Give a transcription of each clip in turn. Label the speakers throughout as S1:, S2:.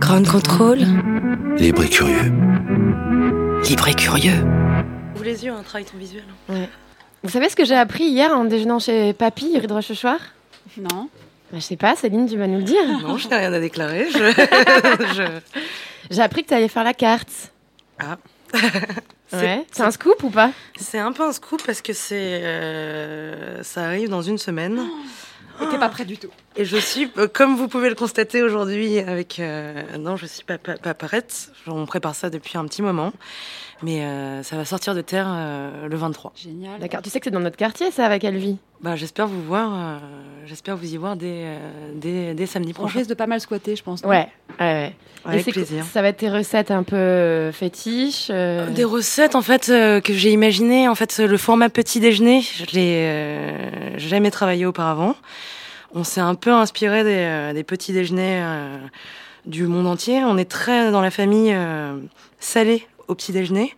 S1: Grand contrôle,
S2: Libre et curieux.
S1: libre et curieux.
S3: Vous les yeux, un travail ton visuel. hein.
S4: Vous savez ce que j'ai appris hier en déjeunant chez Papy, Yuri de Rochechouart
S5: Non.
S4: bah, Je sais pas, Céline, tu vas nous le dire.
S3: Non, je n'ai rien à déclarer. Je... je-
S4: J'ai appris que tu allais faire la carte.
S3: Ah.
S4: ouais. C'est un scoop ou pas
S3: C'est un peu un scoop parce que c'est, euh, ça arrive dans une semaine.
S5: Et t'es pas prêt du tout.
S3: Et je suis, euh, comme vous pouvez le constater aujourd'hui, avec euh, non, je suis pas, pas, pas prête. On prépare ça depuis un petit moment, mais euh, ça va sortir de terre euh, le 23.
S5: Génial.
S4: D'accord. Tu sais que c'est dans notre quartier, ça, avec Elvie.
S3: Bah, j'espère vous voir. euh, j'espère vous y voir dès, euh, dès, dès samedi
S5: On
S3: prochain.
S5: risque de pas mal squatter, je pense. non
S4: Ouais. ouais,
S3: Ah
S4: ouais. Et
S3: Avec
S4: c'est-
S3: plaisir. Ah,
S4: Ça va être tes recettes un peu fétiches. euh,
S3: Des recettes en fait euh, que j'ai imaginées, en fait le format petit déjeuner, je l'ai euh, jamais travaillé auparavant. On s'est un peu inspiré des, euh, des petits déjeuners euh, du monde entier. On est très dans la famille euh, salée au petit déjeuner.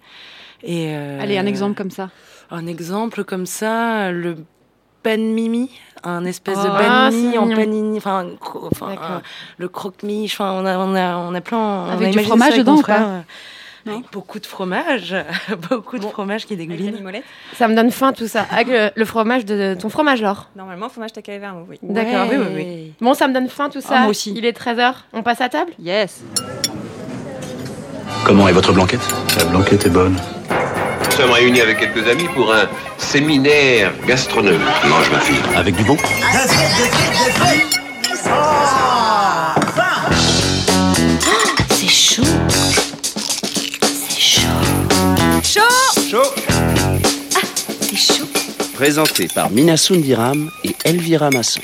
S3: Et euh,
S5: Allez, un exemple comme ça.
S3: Un exemple comme ça, le pan mimi, un espèce de
S4: Oh,
S3: pan mimi
S4: c'est
S3: en
S4: mignon.
S3: panini, enfin, un cro- enfin,
S4: D'accord.
S3: un- le croque-miche, enfin, on a, on a, on a plein. on a
S5: Avec du
S3: imaginé ça
S5: fromage
S3: avec
S5: dedans
S3: mon
S5: ou pas
S3: frère.
S5: Non.
S3: Avec beaucoup de fromage, beaucoup de
S6: Bon.
S3: fromage qui
S6: Avec la
S3: dégouline.
S6: mimolette.
S4: Ça me donne faim tout ça. Avec le, le fromage de ton fromage, Laure.
S6: Normalement, fromage takaheva, oui.
S4: D'accord.
S3: Oui, oui, oui.
S4: Bon, ça me donne faim tout
S3: Ah,
S4: ça.
S5: moi aussi.
S4: Il est 13h. On passe à table
S5: Yes.
S2: Comment est votre blanquette La blanquette est bonne.
S7: Nous sommes réunis avec quelques amis pour un séminaire gastronomique. Mange ma fille.
S2: Avec du bon
S8: Ah,
S1: C'est chaud. C'est chaud. Chaud Chaud C'est chaud.
S2: Présenté par Minasun Diram et Elvira Masson.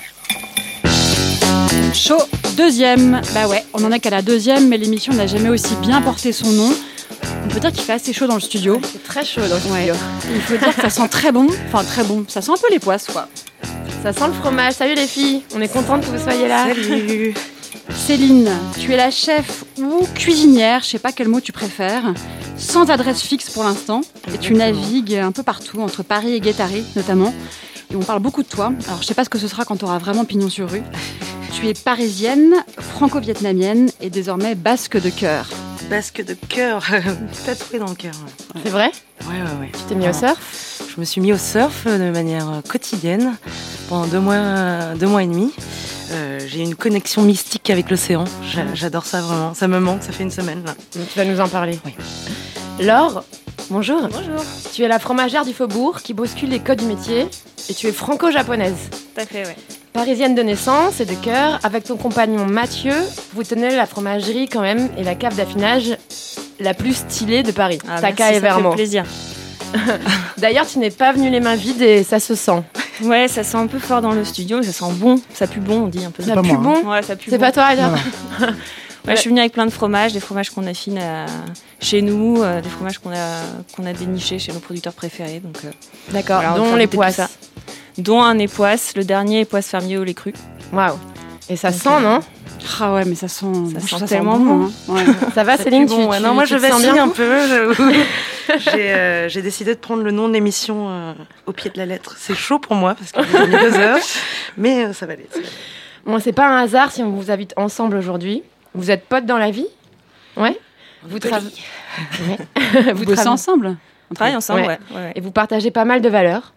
S5: Chaud. Deuxième. Bah ouais, on en est qu'à la deuxième, mais l'émission n'a jamais aussi bien porté son nom. On peut dire qu'il fait assez chaud dans le studio.
S4: C'est très chaud dans ce
S5: Ouais.
S4: studio.
S5: Il faut dire que ça sent très bon. Enfin, très bon. Ça sent un peu les poisses, quoi.
S4: Ça sent le fromage. Salut les filles. On est contentes que vous soyez là.
S3: Salut.
S5: Céline, tu es la chef ou cuisinière, je sais pas quel mot tu préfères, sans adresse fixe pour l'instant. Et tu
S3: Exactement.
S5: navigues un peu partout, entre Paris et Guétari notamment. Et on parle beaucoup de toi. Alors je sais pas ce que ce sera quand tu auras vraiment pignon sur rue. Tu es parisienne, franco-vietnamienne et désormais basque de cœur.
S3: Basque de cœur, tatoué dans le cœur.
S4: C'est vrai
S3: Ouais, ouais, ouais.
S4: Tu t'es mis au surf
S3: Je me suis mis au surf euh, de manière euh, quotidienne pendant deux mois, euh, deux mois et demi. Euh, J'ai une connexion mystique avec l'océan. J'a- J'adore ça vraiment. Ça me manque. Ça fait une semaine. Là.
S4: Tu vas nous en parler.
S3: Oui.
S4: Laure, bonjour.
S6: Bonjour.
S4: Tu es la fromagère du faubourg qui bouscule les codes du métier et tu es franco-japonaise.
S6: Tout à fait, ouais.
S4: Parisienne de naissance et de cœur, avec ton compagnon Mathieu, vous tenez la fromagerie quand même et la cave d'affinage la plus stylée de Paris,
S6: Ah, merci,
S4: Taka et
S6: Ça fait
S4: Vermont.
S6: plaisir.
S4: D'ailleurs, tu n'es pas venu les mains vides et ça se sent.
S6: Ouais, ça sent un peu fort dans le studio, mais ça sent bon. Ça pue bon, on dit un peu.
S4: Ça pue bon
S6: Ouais, ça pue
S4: hein. C'est
S6: bon.
S4: pas toi, alors
S6: Ouais, je suis venue avec plein de fromages, des fromages qu'on affine à- chez nous, euh, des fromages qu'on a, qu'on a dénichés chez nos producteurs préférés, donc, euh,
S4: D'accord,
S6: Voilà, on
S4: dont
S6: fait
S4: les
S6: goûter tout
S4: poisses.
S6: ça. dont un époisse, le dernier époisse fermier au lait cru.
S4: Waouh. Et ça
S6: Donc,
S4: sent,
S6: euh,
S4: non
S5: Ah ouais, mais ça sent, moi, je
S6: Ça
S5: trouve ça
S6: sent tellement
S5: bon, hein. Ouais.
S4: Ça va,
S3: Ça
S4: Céline
S3: pue
S4: tu,
S3: bon, ouais.
S4: tu-
S3: Non, moi
S4: tu
S3: je
S4: te sens
S3: vacille
S4: bien
S3: un peu. je- J'ai euh, j'ai décidé de prendre le nom de l'émission euh, au pied de la lettre. C'est chaud pour moi parce que j'ai mis deux heures, mais euh, ça va aller. ça va aller.
S4: Bon, c'est pas un hasard si on vous invite ensemble aujourd'hui. Vous êtes potes dans la vie Ouais Vous travaillez.
S5: Vous bossez ensemble
S6: On travaille ensemble,
S4: Ouais.
S6: ouais. ouais, ouais.
S4: et vous partagez pas mal de valeurs.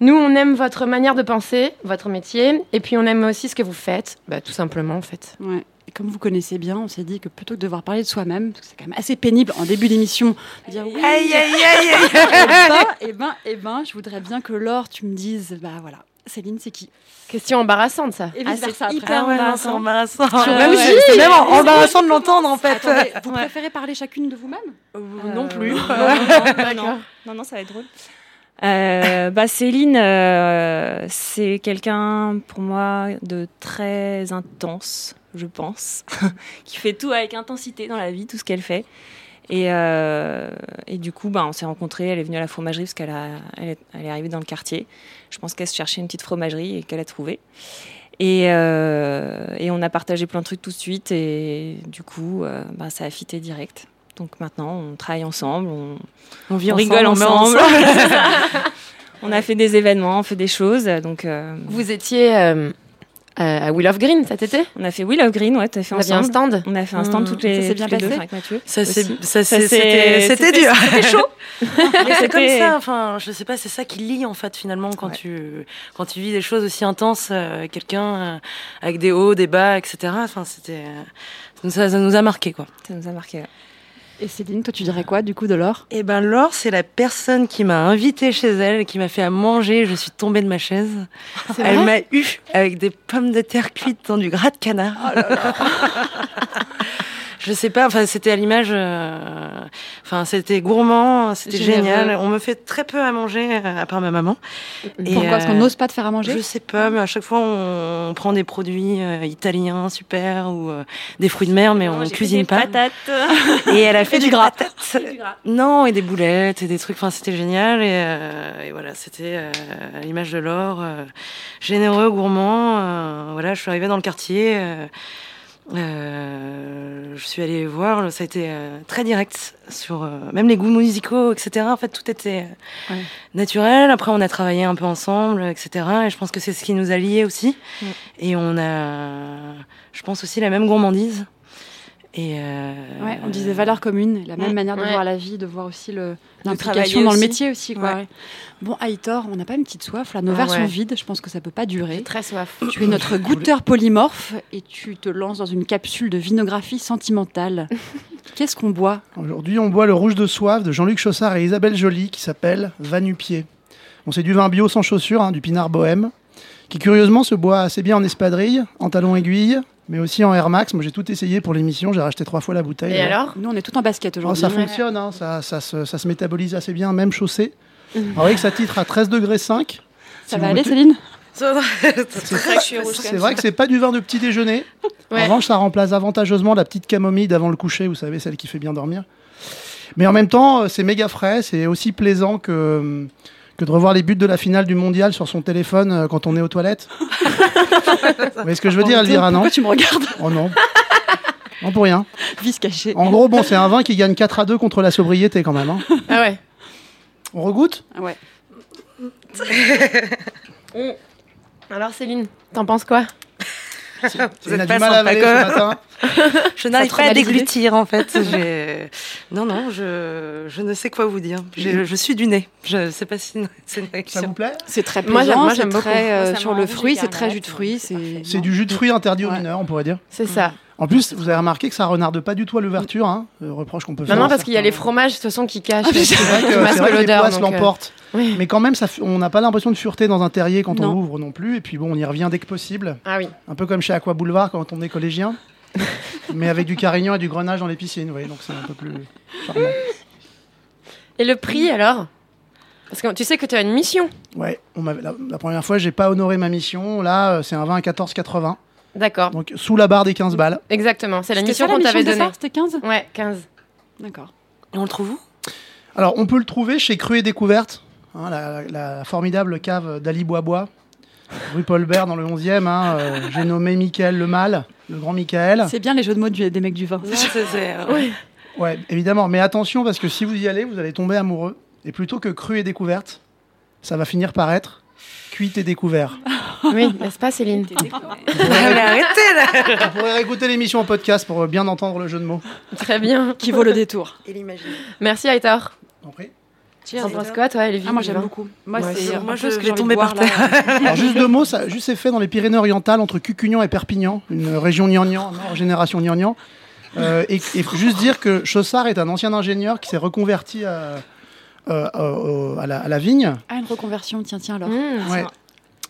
S4: Nous, on aime votre manière de penser, votre métier, et puis on aime aussi ce que vous faites, bah, tout simplement en fait.
S5: Ouais. Et comme vous connaissez bien, on s'est dit que plutôt que de devoir parler de soi-même, parce que c'est quand même assez pénible en début d'émission, de dire oui,
S3: Aïe, aïe, aïe, aïe.
S5: Eh ben, eh ben, eh ben, je voudrais bien que Laure, tu me dises, bah voilà, Céline, c'est qui
S4: Question embarrassante ça. bah
S5: Et
S6: Ah,
S5: vice versa
S6: c'est
S5: après.
S6: hyper
S3: Ah ouais, non, c'est
S6: embarrassant.
S3: embarrassant.
S5: Ah
S3: Même
S5: ouais.
S3: si c'est même embarrassant de l'entendre en fait.
S5: Attendez, vous préférez parler chacune de vous-même
S3: non
S6: Euh,
S3: plus.
S6: Non, non, non, non, non, non, ça va être drôle. Euh, bah, Céline, euh, c'est quelqu'un pour moi de très intense, je pense, qui fait tout avec intensité dans la vie, tout ce qu'elle fait. Et, euh, et du coup, bah, on s'est rencontrés, elle est venue à la fromagerie parce qu'elle a, elle est, elle est arrivée dans le quartier. Je pense qu'elle se cherchait une petite fromagerie et qu'elle a trouvé. Et, euh, et on a partagé plein de trucs tout de suite et du coup, euh, bah, ça a fité direct. Donc maintenant, on travaille ensemble, on,
S3: On vit
S6: on
S3: ensemble,
S6: rigole
S3: on meurt
S6: ensemble.
S3: ensemble.
S6: on a fait des événements, on fait des choses. Donc euh,
S4: Vous étiez euh, à à Will of Green cet été
S6: on a fait Will of Green, ouais, t'as fait
S4: Vous aviez un
S6: ensemble.
S4: stand
S6: On a fait un stand
S3: Mmh,
S6: toutes
S5: ça
S6: les,
S5: s'est bien
S6: toutes les deux,
S5: passé
S6: enfin, avec Mathieu.
S3: Ça, c'est-
S6: Aussi.
S3: ça,
S6: Ça,
S3: c'est-
S6: c'est-
S3: c'était c'était
S6: c'était-
S3: dur.
S6: c'était chaud.
S3: Mais c'est comme
S6: C'était-
S3: ça, enfin, je sais pas, c'est ça qui lie en fait finalement quand
S6: Ouais.
S3: tu quand tu vis des choses aussi intenses, euh, quelqu'un euh, avec des hauts, des bas, etc. Enfin, c'était euh, ça nous a- ça nous a marqué quoi.
S6: Ça nous a marqué. ouais.
S5: Et Céline, toi, tu dirais quoi du coup de l'or
S3: Eh ben Laure, c'est la personne qui m'a invitée chez elle, qui m'a fait à manger. Je suis tombée de ma chaise. Elle m'a eu avec des pommes de terre cuites dans du gras de canard.
S5: Oh
S3: Je sais pas, enfin c'était à l'image, euh, enfin c'était gourmand, c'était
S5: Généreux.
S3: génial. On me fait très peu à manger euh, à part ma maman. Et,
S5: Pourquoi Parce qu'on
S3: euh,
S5: n'ose pas te faire à manger
S3: Je sais pas, mais à chaque fois on, on prend des produits euh, italiens super ou euh, des fruits de mer, mais
S6: Non,
S3: on
S6: j'ai fait
S3: cuisine
S6: des
S3: pas.
S6: Patates.
S3: Et elle a fait
S6: du
S3: des
S6: gras.
S3: patates. Non, et des boulettes et des trucs. Enfin, c'était génial. Et, euh, et voilà, c'était euh, à l'image de l'or. euh, généreux, gourmand. euh, voilà, je suis arrivée dans le quartier. euh, euh, je suis allée voir. Ça a été euh, très direct sur euh, même les goûts musicaux, etc. En fait, tout était euh,
S5: Ouais.
S3: naturel. Après, on a travaillé un peu ensemble, etc. Et je pense que c'est ce qui nous a liés aussi.
S5: Mm.
S3: Et on a, je pense aussi la même gourmandise. Et euh,
S5: Ouais, on disait valeurs communes, la même
S3: Mm.
S5: manière de
S4: Ouais.
S5: voir la vie, de voir aussi le- l'implication
S6: travailler
S5: dans le
S6: aussi.
S5: métier aussi. Quoi.
S6: Ouais.
S5: ouais. Bon, Aitor, on n'a pas une petite soif là, nos
S4: Ah
S5: verres sont
S4: ouais.
S5: vides, je pense que ça peut pas durer.
S4: Très soif.
S5: Tu es notre goûteur polymorphe et tu te lances dans une capsule de vinographie sentimentale. Qu'est-ce qu'on boit
S9: Aujourd'hui, on boit le rouge de soif de Jean-Luc Chaussard et Isabelle Joly qui s'appelle Vanupier. Bon, c'est du vin bio sans chaussures, hein, du pinard bohème, qui curieusement se boit assez bien en espadrille, en talon aiguille, mais aussi en Air Max. Moi, j'ai tout essayé pour l'émission, j'ai racheté trois fois la bouteille.
S4: Et
S9: là.
S4: alors
S5: Nous, on est tout en basket
S9: Oh,
S5: aujourd'hui.
S9: ça fonctionne, hein, ça, ça se, ça se métabolise assez bien, même chaussée. Alors, vous voyez que ça titre à 13 degrés 5.
S5: Ça va aller, Céline
S9: C'est vrai que c'est pas du vin de petit déjeuner.
S4: Ouais.
S9: En revanche, ça remplace avantageusement la petite camomille d'avant le coucher, vous savez, celle qui fait bien dormir. Mais en même temps, euh, c'est méga frais, c'est aussi plaisant que, que de revoir les buts de la finale du mondial sur son téléphone euh, quand on est aux toilettes. vous voyez ce que je veux dire, Elvira, non
S5: Pourquoi tu me regardes
S9: Oh non. Non, pour rien.
S5: Vice caché.
S9: En gros, bon, c'est un vin qui gagne 4 à 2 contre la sobriété quand même. hein.
S4: Ah ouais.
S9: On regoute
S5: Ah Ouais.
S4: Alors Céline, t'en penses quoi
S3: Vous êtes
S9: a
S3: pas
S9: du mal à
S3: sympa,
S9: avaler
S3: quand
S9: ce
S3: même.
S9: matin.
S3: Je n'arrive
S4: te
S3: pas à
S4: revalide.
S3: déglutir en fait. J'ai- euh, non, non, je, je ne sais quoi vous dire. Je, je suis du nez. Je ne sais pas si c'est une
S9: Ça vous
S3: réaction.
S9: plaît
S5: C'est très
S4: Moi, j'aime-
S5: plaisant,
S4: moi,
S5: c'est
S4: j'aime beaucoup.
S5: très euh,
S6: Moi, ça
S5: sur
S6: m'a
S5: le
S6: enlevé
S5: fruit, c'est
S6: carrément,
S5: très jus de
S6: euh, c'est
S5: fruits.
S6: parfait.
S9: C'est du jus de fruits interdit aux
S5: Ouais.
S9: mineurs, on pourrait dire.
S4: C'est ça.
S9: En plus, vous avez remarqué que ça renarde pas du tout à l'ouverture, hein, euh, reproche qu'on peut faire.
S4: Non, non,
S9: à
S4: parce qu'il y a
S9: certains.
S4: les fromages de toute façon qui cachent.
S9: Ah, C'est vrai que, c'est vrai que les poisses
S4: donc, euh,
S9: l'emportent.
S4: oui.
S9: Mais quand même, ça, fait- on n'a pas l'impression de fureter dans un terrier quand
S5: Non.
S9: on ouvre non plus. Et puis bon, on y revient dès que possible.
S4: Ah oui.
S9: Un peu comme chez Aqua Boulevard quand on est collégien. mais avec du carignan et du grenage dans les piscines, vous voyez, donc c'est un peu plus charmant.
S4: Et le prix alors Parce que tu sais que tu as une mission.
S9: Ouais, on m'avait- la, la première fois, j'ai pas honoré ma mission. Là, euh, c'est un vin à 14,80.
S4: D'accord.
S9: Donc sous la barre des 15 balles.
S4: Exactement. C'est la
S5: C'était
S4: mission
S5: ça,
S4: qu'on t'avait
S5: de ça
S4: donnée.
S5: C'était 15
S4: Ouais, 15.
S5: D'accord.
S3: Et on le trouve où
S9: Alors, on peut le trouver chez Cruet Découverte, hein, la, la formidable cave d'Ali Boisbois, rue Paul Bert dans le 11e. hein, euh, j'ai nommé Michael Le Mal, le grand Michael.
S5: C'est bien les jeux de mots du- des mecs du vin.
S3: Non, c'est- c'est-
S9: Ouais, évidemment. Mais attention, parce que si vous y allez, vous allez tomber amoureux. Et plutôt que cru et découverte, ça va finir par être cuite et découvert.
S4: Oui, n'est-ce pas Céline
S3: Ah, mais arrêtez là
S9: On pourrait réécouter l'émission en podcast pour bien entendre le jeu de mots.
S4: Très bien.
S5: Qui vaut le détour.
S4: Merci Aitor.
S9: T'en prie.
S4: T'en penses quoi toi, Elvie
S5: Ah, moi
S4: du
S5: j'aime
S4: vin
S5: beaucoup. Moi,
S3: Ouais,
S5: c'est
S3: c'est- moi,
S5: un
S3: je
S5: peu ce
S3: vais
S5: que j'ai envie
S3: tomber
S5: de
S3: par
S5: boire, là.
S9: Alors, juste deux mots, ça a juste c'est fait dans les Pyrénées-Orientales, entre Cucugnan et Perpignan, une région gnangnan, nord génération gnangnan. Euh, et, et faut juste dire que Chaussard est un ancien ingénieur qui s'est reconverti à, euh, au- au- à la- à la vigne.
S5: Ah, une reconversion, tiens, tiens, alors.
S4: Mmh.
S9: Ouais.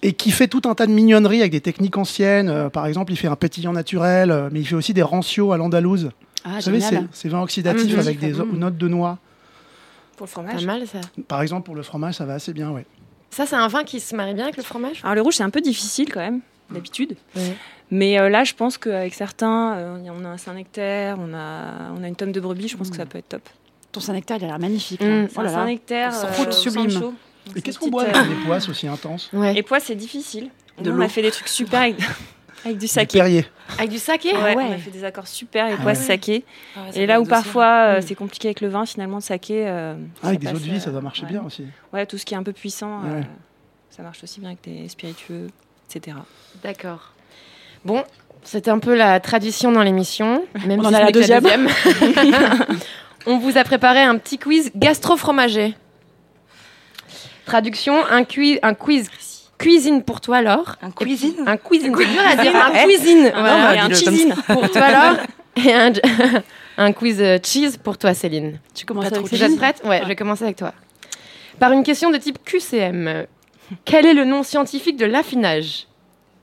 S9: Et qui fait tout un tas de mignonneries avec des techniques anciennes. Euh, par exemple, il fait un pétillant naturel, euh, mais il fait aussi des rancios à l'andalouse.
S5: Ah,
S9: Vous savez,
S5: génial.
S6: Mmh,
S9: ces, ces vins oxydatifs
S4: Ah,
S9: avec des o- notes de noix.
S6: pour le
S4: Pas
S6: fromage.
S4: mal ça.
S9: Par exemple, pour le fromage, ça va assez bien, ouais.
S4: Ça, c'est un vin qui se marie bien avec le fromage
S6: Alors le rouge, c'est un peu difficile quand même, d'habitude.
S4: Ouais.
S6: Mais euh, là, je pense qu'avec certains, euh, y a- on a un Saint-Nectaire, on a, on a une tome de brebis, je pense que
S4: Mmh.
S6: ça peut être top.
S5: Ton Saint-Nectaire, il a l'air magnifique.
S4: Mm.
S5: là.
S6: C'est
S5: Oh
S6: un
S5: là là.
S6: Saint-Nectaire,
S5: Sans
S6: euh,
S5: faute,
S6: au
S5: sublime.
S6: Sancho. Donc,
S9: Et
S6: c'est
S9: qu'est-ce qu'on
S6: une
S9: boit
S6: petite,
S9: avec
S6: euh,
S9: des poisses aussi intenses
S4: Ouais.
S6: Et pois, c'est difficile.
S3: De
S6: Nous, on a
S3: l'eau.
S6: fait des trucs super avec, avec
S9: Du
S6: du saké.
S9: Perrier.
S4: Avec du saké
S6: Ouais,
S5: ouais.
S6: On a fait des accords super et
S9: Ah
S6: pois
S9: ouais.
S6: saké. Et là où parfois euh, c'est compliqué avec le vin, finalement, de saké. euh,
S9: Ah, avec des
S6: ça
S9: eaux de
S6: passe,
S9: vie, ça
S6: euh,
S9: doit marcher
S6: ouais.
S9: bien aussi.
S6: Ouais, tout ce qui est un peu puissant, euh,
S9: Ouais.
S6: ça marche aussi bien avec des spiritueux, etc.
S4: D'accord. Bon, c'était un peu la tradition dans l'émission. Même
S5: On en
S4: si
S5: a
S4: ce
S5: la
S4: n'est que
S5: deuxième.
S4: deuxième. On vous a préparé un petit quiz gastro-fromager. Traduction, un, cui- un quiz cuisine pour toi, Laure.
S3: Un cuisine
S4: Un cuisine, c'est dur à dire, un cuisine
S3: Ah non,
S4: voilà,
S3: mais
S6: un
S3: dis-le comme
S6: cheesy.
S4: pour toi, Laure. Et un, un quiz euh, cheese pour toi, Céline.
S5: Tu commences
S3: Pas
S5: avec
S3: trop
S5: ça.
S4: Vous êtes prête Ouais, je vais commencer avec toi. Par une question de type QCM. Quel est le nom scientifique de l'affinage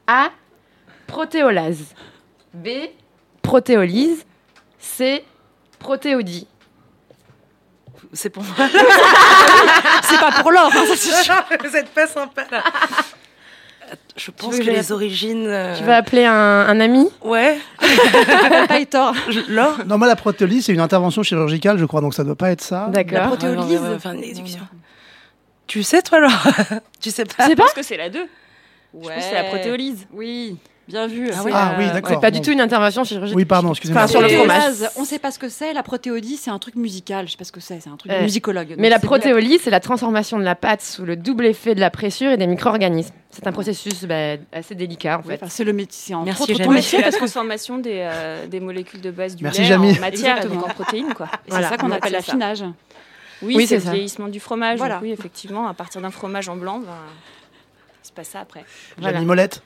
S4: A. Protéolase. B. Protéolyse. C. Protéodie.
S3: C'est pour moi.
S5: C'est pas pour l'or. hein, ça, c'est sûr. Bah,
S3: Vous êtes pas sympa là. Je pense
S4: veux
S3: que,
S4: que je
S3: les
S4: l'appelle
S3: origines. euh,
S4: Tu vas appeler un, un ami
S3: Ouais.
S5: Pas tort.
S3: je- Laure
S9: Non, moi, la protéolyse, c'est une intervention chirurgicale, je crois, donc ça doit pas être ça.
S3: La
S6: Ah,
S4: D'accord.
S3: protéolyse
S6: ouais, ouais,
S3: Enfin, une
S6: ouais.
S3: exécution. Tu sais, toi, Laure Tu sais
S4: Tu
S3: pas
S4: sais
S6: Je
S4: pas
S6: pense que c'est la 2. Je pense que c'est la protéolyse.
S5: Oui, bien vu.
S3: Ah
S5: C'est
S3: oui.
S5: la-
S9: Ah oui,
S4: C'est
S9: d'accord.
S4: pas du
S9: bon.
S4: tout une intervention chirurgicale.
S9: Oui, pardon, excusez-moi.
S4: Enfin, sur le fromage.
S5: Protéolase, On sait pas ce que c'est. La protéodie, c'est un truc musical. Je sais pas ce que c'est. C'est un truc de
S4: Ouais.
S5: musicologue.
S4: Euh, Mais la
S5: Donc, c'est
S4: protéolyse, c'est la transformation de la pâte sous le double effet de la pressure et des micro-organismes. C'est un processus bah, assez délicat en
S5: Oui,
S4: fait.
S5: enfin, c'est le métier. C'est en
S3: Merci,
S5: trop, trop ton
S3: Jeanne.
S6: Ouais,
S5: métier
S6: c'est la
S5: parce que
S6: transformation des, euh, des molécules de base du
S9: Merci,
S6: lait
S9: Jamie.
S6: en matière,
S5: Exactement.
S6: donc en protéines. Quoi.
S5: c'est ça qu'on
S6: Donc,
S5: appelle
S6: c'est ça.
S5: l'affinage.
S6: Oui,
S4: Oui, c'est
S6: c'est le
S4: ça.
S6: vieillissement du fromage.
S5: Voilà.
S6: Donc oui, effectivement, à partir d'un fromage en blanc, ben, c'est pas ça après.
S4: Voilà.
S9: Jamie Molette.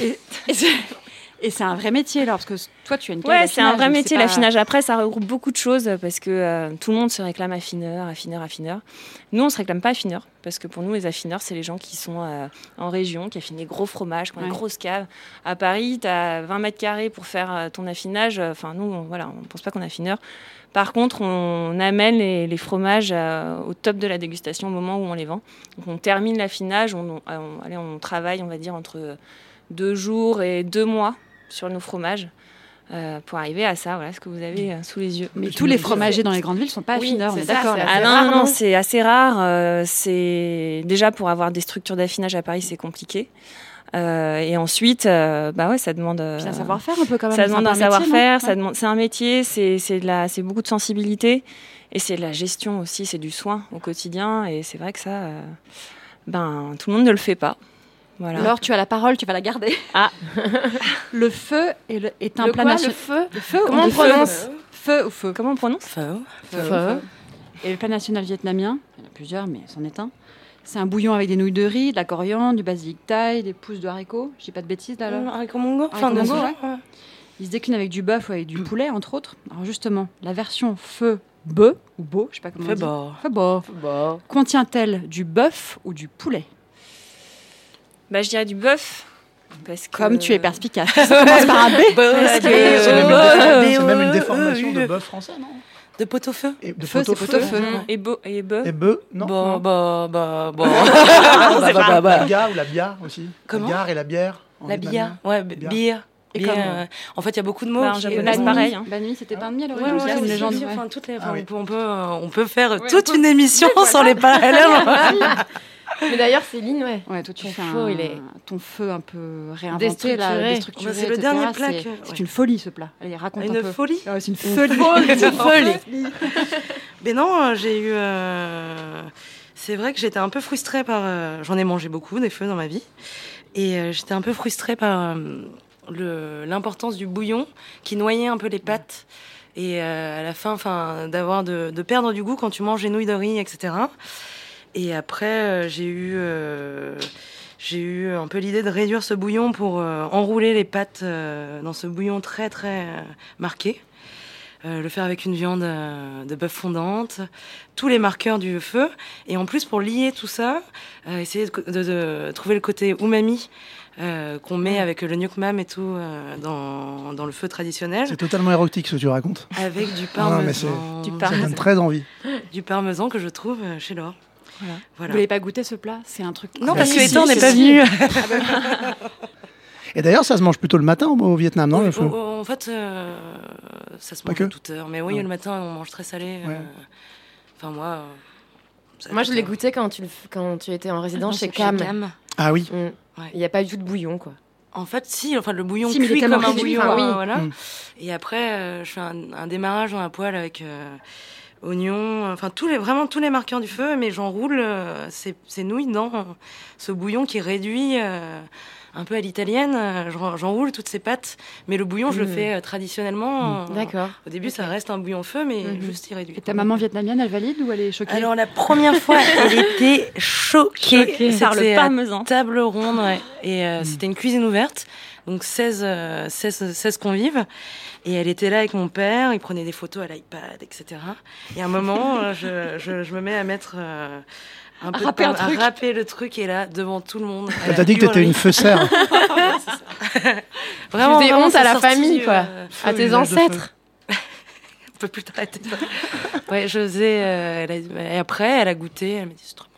S5: Et, et c'est- et c'est un vrai métier, alors, parce que toi, tu as une
S6: Ouais, c'est un vrai métier
S5: la
S6: l'affinage. Après, ça regroupe beaucoup de choses euh, parce que euh, tout le monde se réclame affineur, affineur, affineur. Nous, on se réclame pas affineur parce que pour nous, les affineurs, c'est les gens qui sont euh, en région, qui affinent des gros fromages, qui ont des
S5: Ouais.
S6: grosses caves. À Paris, tu as 20 mètres carrés pour faire euh, ton affinage. Enfin, nous, on, voilà, on pense pas qu'on est affineur. Par contre, on amène les, les fromages euh, au top de la dégustation au moment où on les vend. Donc, on termine l'affinage, on, on- on- allez, on travaille, on va dire, entre deux jours et deux mois sur nos fromages euh, pour arriver à ça, voilà ce que vous avez euh, sous les yeux.
S5: Mais tous les fromagers dans les grandes villes sont pas
S4: Oui,
S5: affineurs, on
S4: c'est
S5: est
S4: ça,
S5: d'accord.
S4: c'est
S5: là.
S6: Ah
S4: assez
S6: non,
S4: rare,
S6: non,
S4: non
S6: c'est assez rare. euh, c'est déjà pour avoir des structures d'affinage à Paris, c'est compliqué. Euh, et ensuite, euh, bah ouais, ça demande. euh,
S5: C'est un savoir-faire un peu quand même.
S6: ça
S5: c'est
S6: demande un
S5: peu métier, non
S6: savoir-faire,
S5: Ouais.
S6: ça demande, c'est un métier, c'est, c'est de la, c'est beaucoup de sensibilité et c'est de la gestion aussi, c'est du soin au quotidien et c'est vrai que ça, euh, ben tout le monde ne le fait pas. Voilà.
S5: Laure, tu as la parole, tu vas la garder.
S6: Ah.
S5: le feu est, le- est un
S4: Le
S5: plat
S4: quoi,
S5: nation-
S4: le feu
S5: Le feu
S4: Comment
S5: ou
S4: on
S5: le feu Euh,
S4: prononce
S5: Feu ou feu
S6: Comment on prononce
S3: Fao.
S4: Feu.
S5: Et le plat national vietnamien, il y en a plusieurs, mais c'en est un. C'est un bouillon avec des nouilles de riz, de la coriandre, du basilic thaï, des pousses de haricots. Je dis pas de bêtises là. Laure.
S3: Haricot Mongo Euh,
S6: Ah,
S3: Enfin, Mm.
S5: Haricot
S3: de ce
S5: mongo,
S3: genre, ouais.
S5: Il se décline avec du bœuf ou avec du poulet, entre autres. Alors justement, la version feu bœuf ou beau, je sais pas comment
S3: Fais
S5: on dit.
S3: bord.
S5: Feu bœuf. Contient-elle du bœuf ou du poulet
S6: Bah je dirais du bœuf. Parce que...
S3: Euh,
S5: Comme tu es perspicace. Ça commence par un B.
S3: Parce
S9: C'est même,
S3: que-
S9: une
S3: Euh,
S9: déformation- c'est même une
S3: euh,
S9: déformation
S3: euh,
S9: de bœuf français, non
S3: De pot au feu
S9: Et de
S5: Feu, c'est pot au feu.
S6: Mmh. Et beau et
S3: Euh
S6: bœuf.
S9: Et bœuf, non
S3: Bon,
S9: non.
S3: bon, bon, bon.
S9: Bah, bah, bah, bah. La gare ou la bière aussi
S3: Comment
S9: La gare et la bière. en
S3: La bière.
S9: vietnamien.
S3: Ouais, b-
S9: Bière.
S3: bière.
S5: Et
S3: bière,
S5: comment
S3: euh, En fait, il y a beaucoup de mots.
S6: Bah, en
S3: qui-
S6: japonais,
S3: Ouais,
S6: c'est pareil. hein.
S5: La nuit, c'était pain de mie à
S3: Ouais,
S5: l'origine.
S3: ouais,
S5: c'est une
S3: si,
S5: légende.
S3: si,
S5: ouais.
S3: enfin, toutes les- enfin,
S9: Ah oui.
S3: on peut- on peut, euh, on peut faire
S5: Ouais,
S3: toute
S5: on
S3: une émission sans les parallèles.
S4: Mais d'ailleurs, Céline, ouais.
S5: Ouais, toi tu
S4: Ton
S5: fais
S4: feu,
S5: un-
S4: il est-
S5: ton feu un peu réinventé,
S4: Déstructuré.
S5: là,
S4: Bah,
S5: déstructuré.
S3: c'est le
S5: etc.
S3: dernier plat
S5: C'est
S3: que-
S5: c'est
S3: ouais.
S5: une folie ce plat. Allez, raconte un
S3: Une
S5: peu.
S3: folie.
S5: Ah, c'est une folie.
S3: Une folie. Mais non, euh, j'ai eu. euh, C'est vrai que j'étais un peu frustrée par. euh, J'en ai mangé beaucoup des feux dans ma vie, et euh, j'étais un peu frustrée par euh, le l'importance du bouillon qui noyait un peu les pâtes. Et euh, à la fin, enfin, d'avoir de, de perdre du goût quand tu manges les nouilles de riz, etc. Et après, euh, j'ai eu, euh, j'ai eu un peu l'idée de réduire ce bouillon pour euh, enrouler les pâtes euh, dans ce bouillon très très euh, marqué. Euh, le faire avec une viande euh, de bœuf fondante, tous les marqueurs du feu, et en plus pour lier tout ça, euh, essayer de, co- de- de trouver le côté umami euh, qu'on met avec le gnoc mam et tout euh, dans, dans le feu traditionnel,
S9: C'est totalement érotique ce que tu racontes.
S3: avec du
S9: Ah
S3: parmesan.
S9: non, mais c'est-
S6: Du
S9: Ça
S6: parmesan.
S9: donne très envie.
S3: du parmesan que je trouve euh, chez Laure.
S5: Voilà.
S3: Voilà.
S5: Vous l'avez pas goûté ce plat C'est un truc.
S3: Non, parce
S9: Si,
S3: que
S9: si,
S3: Ethan n'est
S9: si,
S3: pas
S9: si.
S3: venu.
S5: Ah, bah.
S9: Et d'ailleurs, ça se mange plutôt le matin au, au Vietnam, non
S3: Oui,
S9: le fou
S3: oh, oh, En fait, euh, ça se
S9: Pas
S3: mange
S9: que.
S3: à toute heure. Mais oui,
S9: Non.
S3: le matin, on mange très salé. euh,
S9: Ouais.
S3: Enfin, moi. euh, c'est à
S4: Moi,
S3: toute
S4: je l'ai
S3: heure.
S4: goûté quand tu, le f- quand tu étais en
S5: Ah,
S4: résidence chez
S3: Chez
S4: Cam.
S3: Cam.
S9: Ah oui.
S4: Mm. Il n'y a pas du tout de bouillon, quoi.
S3: En fait, si, enfin le bouillon
S5: Si, mais il est
S3: cuit
S5: tellement
S3: comme un
S5: réduit,
S3: bouillon,
S4: enfin, oui.
S3: euh, voilà.
S9: Mm.
S3: Et après, euh, je fais un, un démarrage dans la poêle avec euh, oignons, enfin tous les, vraiment tous les marqueurs du feu, mais j'enroule euh, ces, ces nouilles dans euh, ce bouillon qui est réduit euh, un peu à l'italienne. Euh, j'en- J'enroule toutes ces pâtes, mais le bouillon, je le
S4: Mm.
S3: fais euh,
S5: Mm.
S3: traditionnellement. euh,
S4: D'accord.
S3: Au début, ça reste un bouillon feu, mais
S4: Mhm.
S3: juste il réduit.
S5: Mm-hmm. Et ta maman vietnamienne, elle valide ou elle est choquée
S3: Alors la première fois, elle était choquée.
S6: par le
S3: C'était à
S6: parmesan.
S3: table ronde, ouais. Et euh, c'était une cuisine ouverte, donc 16, euh, 16, 16 convives. Et elle était là avec mon père, il prenait des photos à l'iPad, etc. Et à un moment, euh, je, je, je me mets à mettre euh, un peu de
S5: rapper un
S3: parme- à
S5: truc.
S3: rapper le truc, et là, devant tout le monde.
S9: Elle t'a dit que t'étais une feussère.
S3: Vraiment,
S4: Tu faisais
S3: vraiment,
S4: honte à
S3: c'est
S4: la
S3: sorti,
S4: famille, quoi.
S3: euh,
S4: À tes
S9: village de
S4: ancêtres.
S3: un peu plus tard, elle était- Ouais, je faisais. euh, elle a- et après, elle a goûté, elle m'a dit c'est trop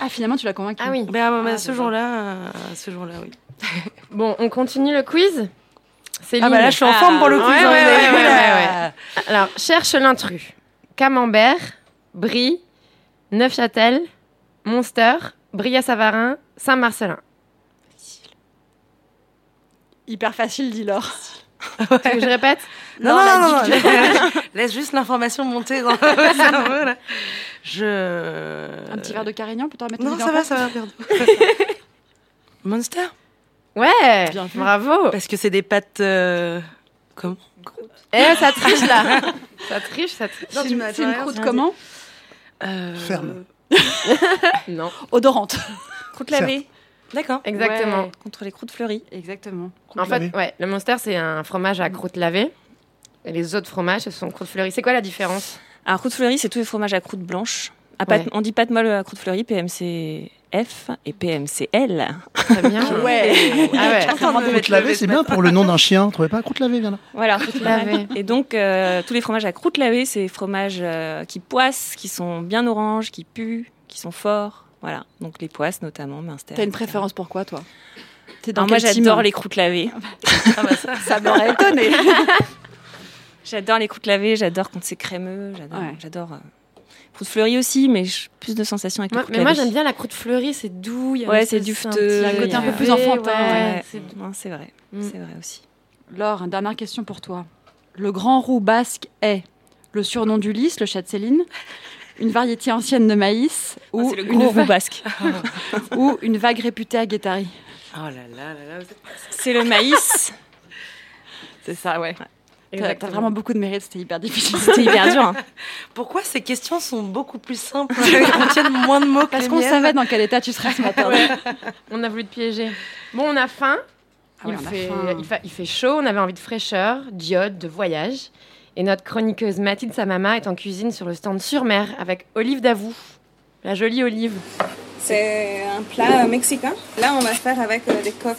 S5: Ah, finalement, tu l'as convaincue.
S4: Ah oui.
S3: bien. Ben,
S5: Ah,
S3: mais ce
S5: d'accord.
S3: jour-là, euh, ce jour-là, oui.
S4: Bon, on continue le quiz. Céline.
S3: Ah, bah là, je suis en
S6: Ah,
S3: forme pour le hein. coup.
S4: ouais,
S3: j'en
S4: ouais,
S3: ai-
S4: ouais, ouais,
S3: Oula.
S4: Alors, cherche l'intrus. Camembert, Brie, Neufchâtel, Monster, Bria Savarin, Saint-Marcelin.
S5: Hyper facile, dit Laure.
S4: Tu veux que je répète
S3: Non, non, non, non. laisse juste l'information monter dans le cerveau. là. Je.
S5: Un petit verre de carignan, peut-être mettre
S3: Non,
S5: une
S3: ça va, ça va, pardon. Monster
S4: Ouais,
S5: Bien vu.
S4: bravo.
S3: Parce que c'est des pâtes. euh, Comment
S4: Eh, ça triche là. ça triche, ça triche.
S3: Non, tu m'as-
S5: C'est
S3: tu
S5: une
S3: m'as rien
S5: croûte
S3: dit.
S5: comment
S3: Euh,
S9: Ferme.
S4: Non,
S5: Odorante.
S6: Croûte lavée.
S3: D'accord.
S4: exactement.
S6: Ouais, contre les croûtes fleuries.
S5: Exactement.
S4: En fait,
S9: lavée.
S4: ouais, le Monster, c'est un fromage à croûte lavée. Et les autres fromages, ce sont croûte fleurie. C'est quoi la différence
S6: Alors, croûte fleurie, c'est tous les fromages à croûte blanche. À pâte-
S4: Ouais.
S6: On dit pâte molle à croûte fleurie, PMCF et PMCL.
S4: Très bien.
S6: Ouais.
S4: Ah ouais.
S9: Croûte lavée, c'est bien pour le nom d'un chien. Trouvez pas Croûte lavée, viens là.
S6: Voilà.
S4: lavée.
S6: Et donc, euh, tous les fromages à croûte lavée, c'est des fromages euh, qui poissent, qui sont bien oranges, qui puent, qui sont forts. Voilà. Donc, les poisses, notamment, Munster.
S5: T'as une
S6: etc.
S5: préférence pour quoi, toi T'es
S6: Alors,
S5: quel
S6: Ah, moi,
S5: team Ah bah,
S6: j'adore les croûtes lavées.
S4: Ah, bah,
S5: Ça m'aurait étonné.
S6: J'adore les croûtes lavées, j'adore quand c'est crémeux, j'adore.
S5: Ouais.
S6: J'adore. euh, croûtes fleuries aussi, mais j'ai plus de sensations avec
S4: Moi-
S6: les croûtes
S4: mais moi
S6: lavées.
S4: j'aime bien la croûte fleurie, c'est doux. il y a
S6: Ouais,
S4: un
S6: c'est
S4: espèce-
S6: dufteux,
S4: petit-
S6: il y a un côté un peu
S5: plus enfantin,
S4: ouais,
S6: Ouais.
S4: c'est-
S6: Non, c'est vrai.
S4: Mm.
S6: C'est vrai aussi.
S5: Laure, une dernière question pour toi. Le grand roux basque est le surnom d'Ulysse, le chat de Céline, une variété ancienne de maïs ou,
S6: Ah, c'est le
S5: une,
S6: gros roux
S5: va-
S6: basque.
S5: ou une vague réputée à Guétari
S3: Oh là là là là. vous êtes-
S6: C'est le maïs.
S5: C'est ça, ouais. T'as t'as
S4: Exactement.
S5: vraiment beaucoup de mérite, c'était hyper difficile.
S6: C'était hyper dur. hein.
S3: Pourquoi ces questions sont beaucoup plus simples Elles contiennent moins de mots que
S5: Parce
S3: les
S5: qu'on
S3: miennes
S5: savait dans quel état tu serais ce matin.
S4: On a voulu te piéger. Bon, on a faim.
S5: Ah ouais,
S4: il,
S5: on a
S4: fait,
S5: faim.
S4: il fa- il fait chaud, on avait envie de fraîcheur, d'iode, de voyage. Et notre chroniqueuse Mathilde Samama est en cuisine sur le stand sur mer avec Olive Davou. La jolie Olive.
S10: C'est un plat euh, mexicain. Là, on va faire avec euh, des coques.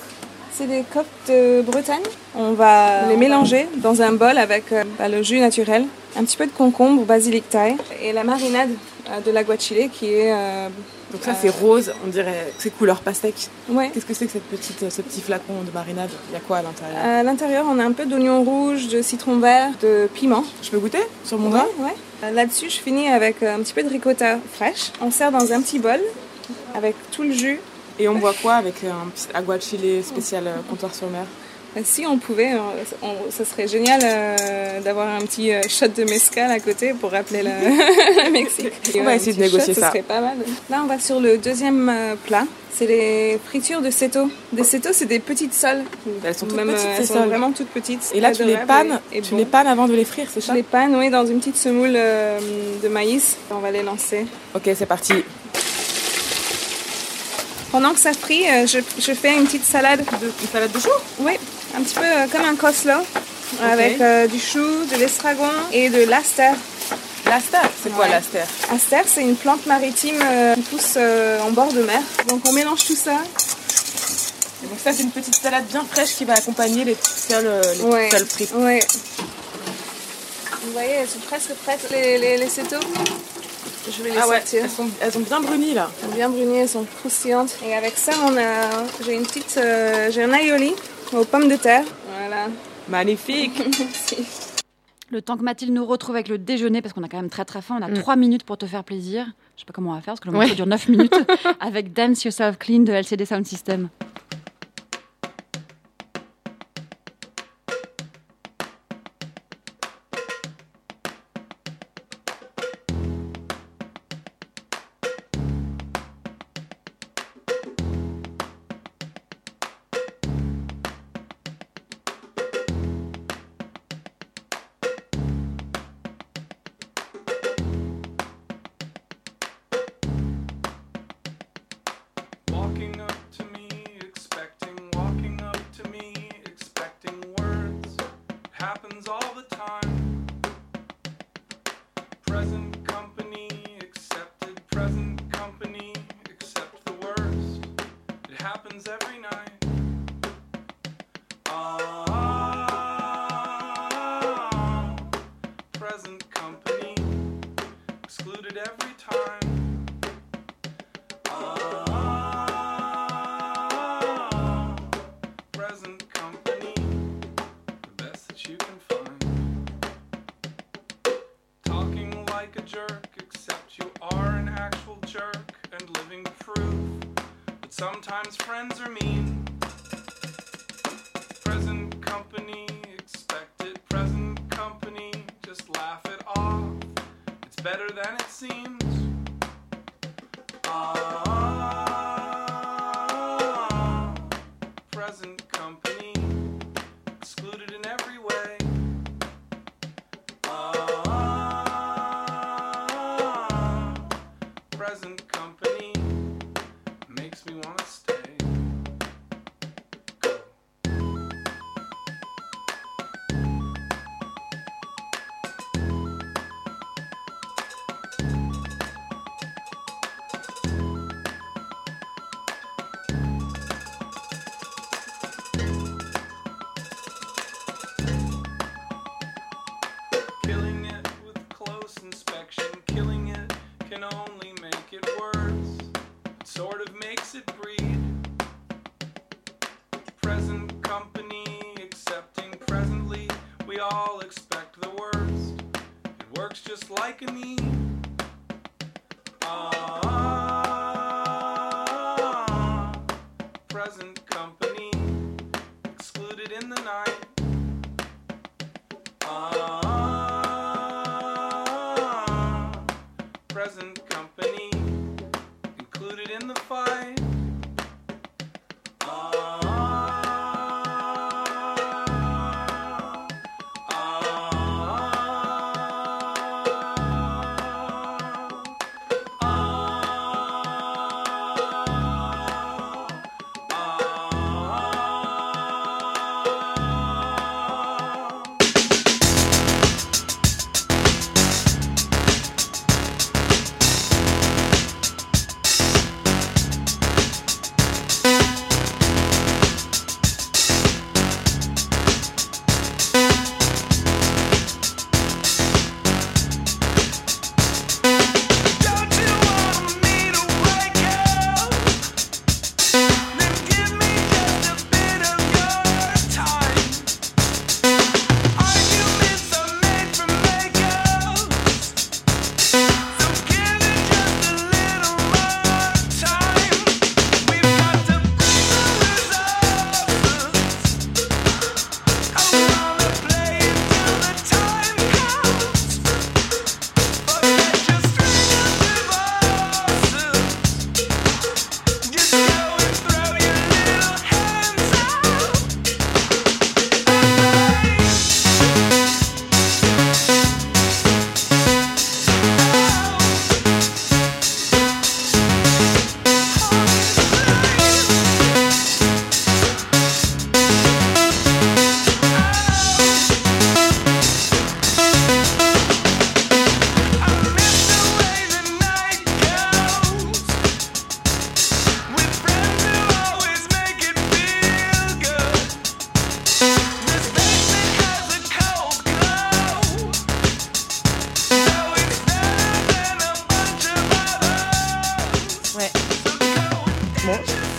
S10: C'est des coques de Bretagne. On va les mélanger dans un bol avec euh, bah, le jus naturel, un petit peu de concombre, basilic thaï et la marinade euh, de la guacile qui est. euh,
S11: Donc ça c'est rose, on dirait que c'est couleur pastèque.
S10: ouais.
S11: Qu'est-ce que c'est que cette petite, euh, ce petit flacon de marinade Il y a quoi à l'intérieur
S10: Euh, À l'intérieur, on a un peu d'oignon rouge, de citron vert, de piment.
S11: Je peux goûter sur mon
S10: Ouais,
S11: doigt
S10: ouais. Euh, Là-dessus, je finis avec euh, un petit peu de ricotta fraîche. On sert dans un petit bol avec tout le jus.
S11: Et on boit quoi avec euh, un petit aguachile spécial euh, comptoir sur mer
S10: Euh, Si on pouvait, euh, on- ça serait génial euh, d'avoir un petit euh, shot de mezcal à côté pour rappeler le, le Mexique.
S11: On va
S10: Ouais, un
S11: essayer de
S10: petit
S11: négocier
S10: shot,
S11: ça.
S10: Ce serait pas mal. Là, on va sur le deuxième euh, plat. C'est les fritures de seto. Des seto, c'est des petites soles.
S11: Elles sont toutes
S10: Même, euh,
S11: petites ces
S10: elles sont
S11: sols.
S10: vraiment toutes petites.
S11: Et là tu les
S10: adorables
S11: pannes,
S10: et- et
S11: tu
S10: bon.
S11: les pannes avant de les frire, c'est
S10: Je
S11: ça
S10: les panne, oui, dans une petite semoule euh, de maïs. On va les lancer.
S11: Ok c'est parti.
S10: Pendant que ça frit, euh, je, je fais une petite salade.
S11: De- une salade de chou
S10: Oui, un petit peu euh, comme un coleslaw. Avec euh, du chou, de l'estragon et de l'aster.
S11: L'aster, c'est quoi
S10: Ouais.
S11: l'aster
S10: Aster, c'est une plante maritime euh, qui pousse euh, en bord de mer. Donc on mélange tout ça.
S11: Et Donc ça c'est une petite salade bien fraîche qui va accompagner les petites sols, euh, les
S10: Ouais.
S11: petites sols frites.
S10: Ouais. Vous voyez, elles sont presque prêtes, les, les, les setos. Je vais les
S11: Ah ouais,
S10: sortir.
S11: elles sont, elles sont bien brunies là.
S10: Elles sont bien brunies, elles sont croustillantes. Et avec ça, on a, j'ai une petite, euh, j'ai un aioli aux pommes de terre. Voilà.
S11: Magnifique.
S10: Merci.
S5: Le temps que Mathilde nous retrouve avec le déjeuner, parce qu'on a quand même très très faim, on a trois minutes pour te faire plaisir. Je sais pas comment on va faire, parce que le
S4: Ouais.
S5: morceau dure 9 minutes, avec Dance Yourself Clean de LCD Sound System.
S12: Walking up to me, expecting, walking up to me, expecting words. Happens all the time. Present company, accepted, present company, accept the worst. It happens every night. Ah, present company, excluded every time. present company, the best that you can find. Talking like a jerk, except you are an actual jerk, and living proof that sometimes friends are mean. Present company, expect it, present company, just laugh it off. It's better than it seems. Ah, present company, excluded in every way. Ah, present company makes me want to stay. Killing it with close inspection, killing it can only make it worse. It sort of makes it breed. Present company, accepting presently, we all expect the worst. It works just like a need. Ah, present company, excluded in the night. Ah, present company included in the fight. Ah, ah,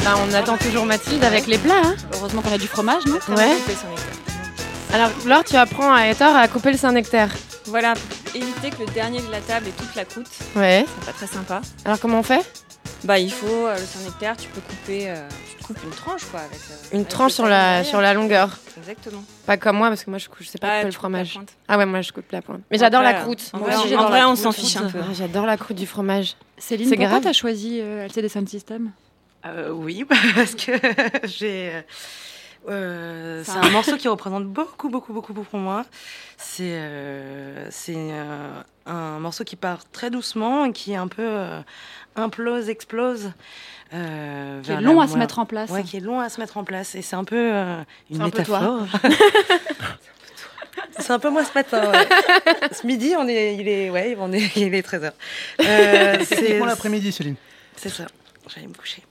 S4: Bah,
S5: on attend toujours Mathilde avec les plats. hein. Heureusement qu'on a du fromage, non
S4: Ouais. Alors, Laure, tu apprends à Hector à couper le Saint-Nectaire.
S6: Voilà, éviter que le dernier de la table ait toute la croûte.
S4: Ouais.
S6: C'est pas très sympa.
S4: Alors, comment on fait
S6: Bah, il faut euh, le Saint-Nectaire, tu peux couper, euh, tu te coupes une tranche quoi. Avec, euh,
S4: Une
S6: avec
S4: tranche
S6: le
S4: sur
S6: palais
S4: la,
S6: derrière.
S4: sur la longueur.
S6: Exactement.
S4: Pas comme moi, parce que moi, je, cou- je sais pas
S6: Ah,
S4: couper le
S6: tu coupes la
S4: fromage.
S6: pointe.
S4: Ah ouais, moi, je coupe la pointe. Mais j'adore
S6: Après,
S4: la croûte.
S6: en
S4: Moi
S6: vrai,
S4: aussi,
S6: en
S4: j'adore
S6: vrai,
S4: la
S6: on
S4: croûte.
S6: s'en fiche un peu.
S4: Ah, j'adore la croûte du fromage.
S5: Céline,
S4: C'est
S5: pourquoi
S4: grave.
S5: t'as choisi euh, LCD Sound System
S3: Euh, oui, parce que j'ai. euh, euh, c'est un morceau qui représente beaucoup, beaucoup, beaucoup, beaucoup pour moi. C'est euh, c'est, euh, un morceau qui part très doucement et qui est un peu euh, implose, explose. euh,
S5: Qui est
S3: vers
S5: long
S3: la
S5: à se
S3: moelle.
S5: mettre en place.
S3: Ouais, qui est long à se mettre en place. Et c'est un peu euh, une
S5: C'est un peu toi.
S3: métaphore. C'est un peu moi ce matin. ouais. ce midi, on est, il est, ouais, on est, il est Euh, 13h.
S9: Techniquement l'après-midi, Céline.
S3: C'est ça. J'allais me coucher.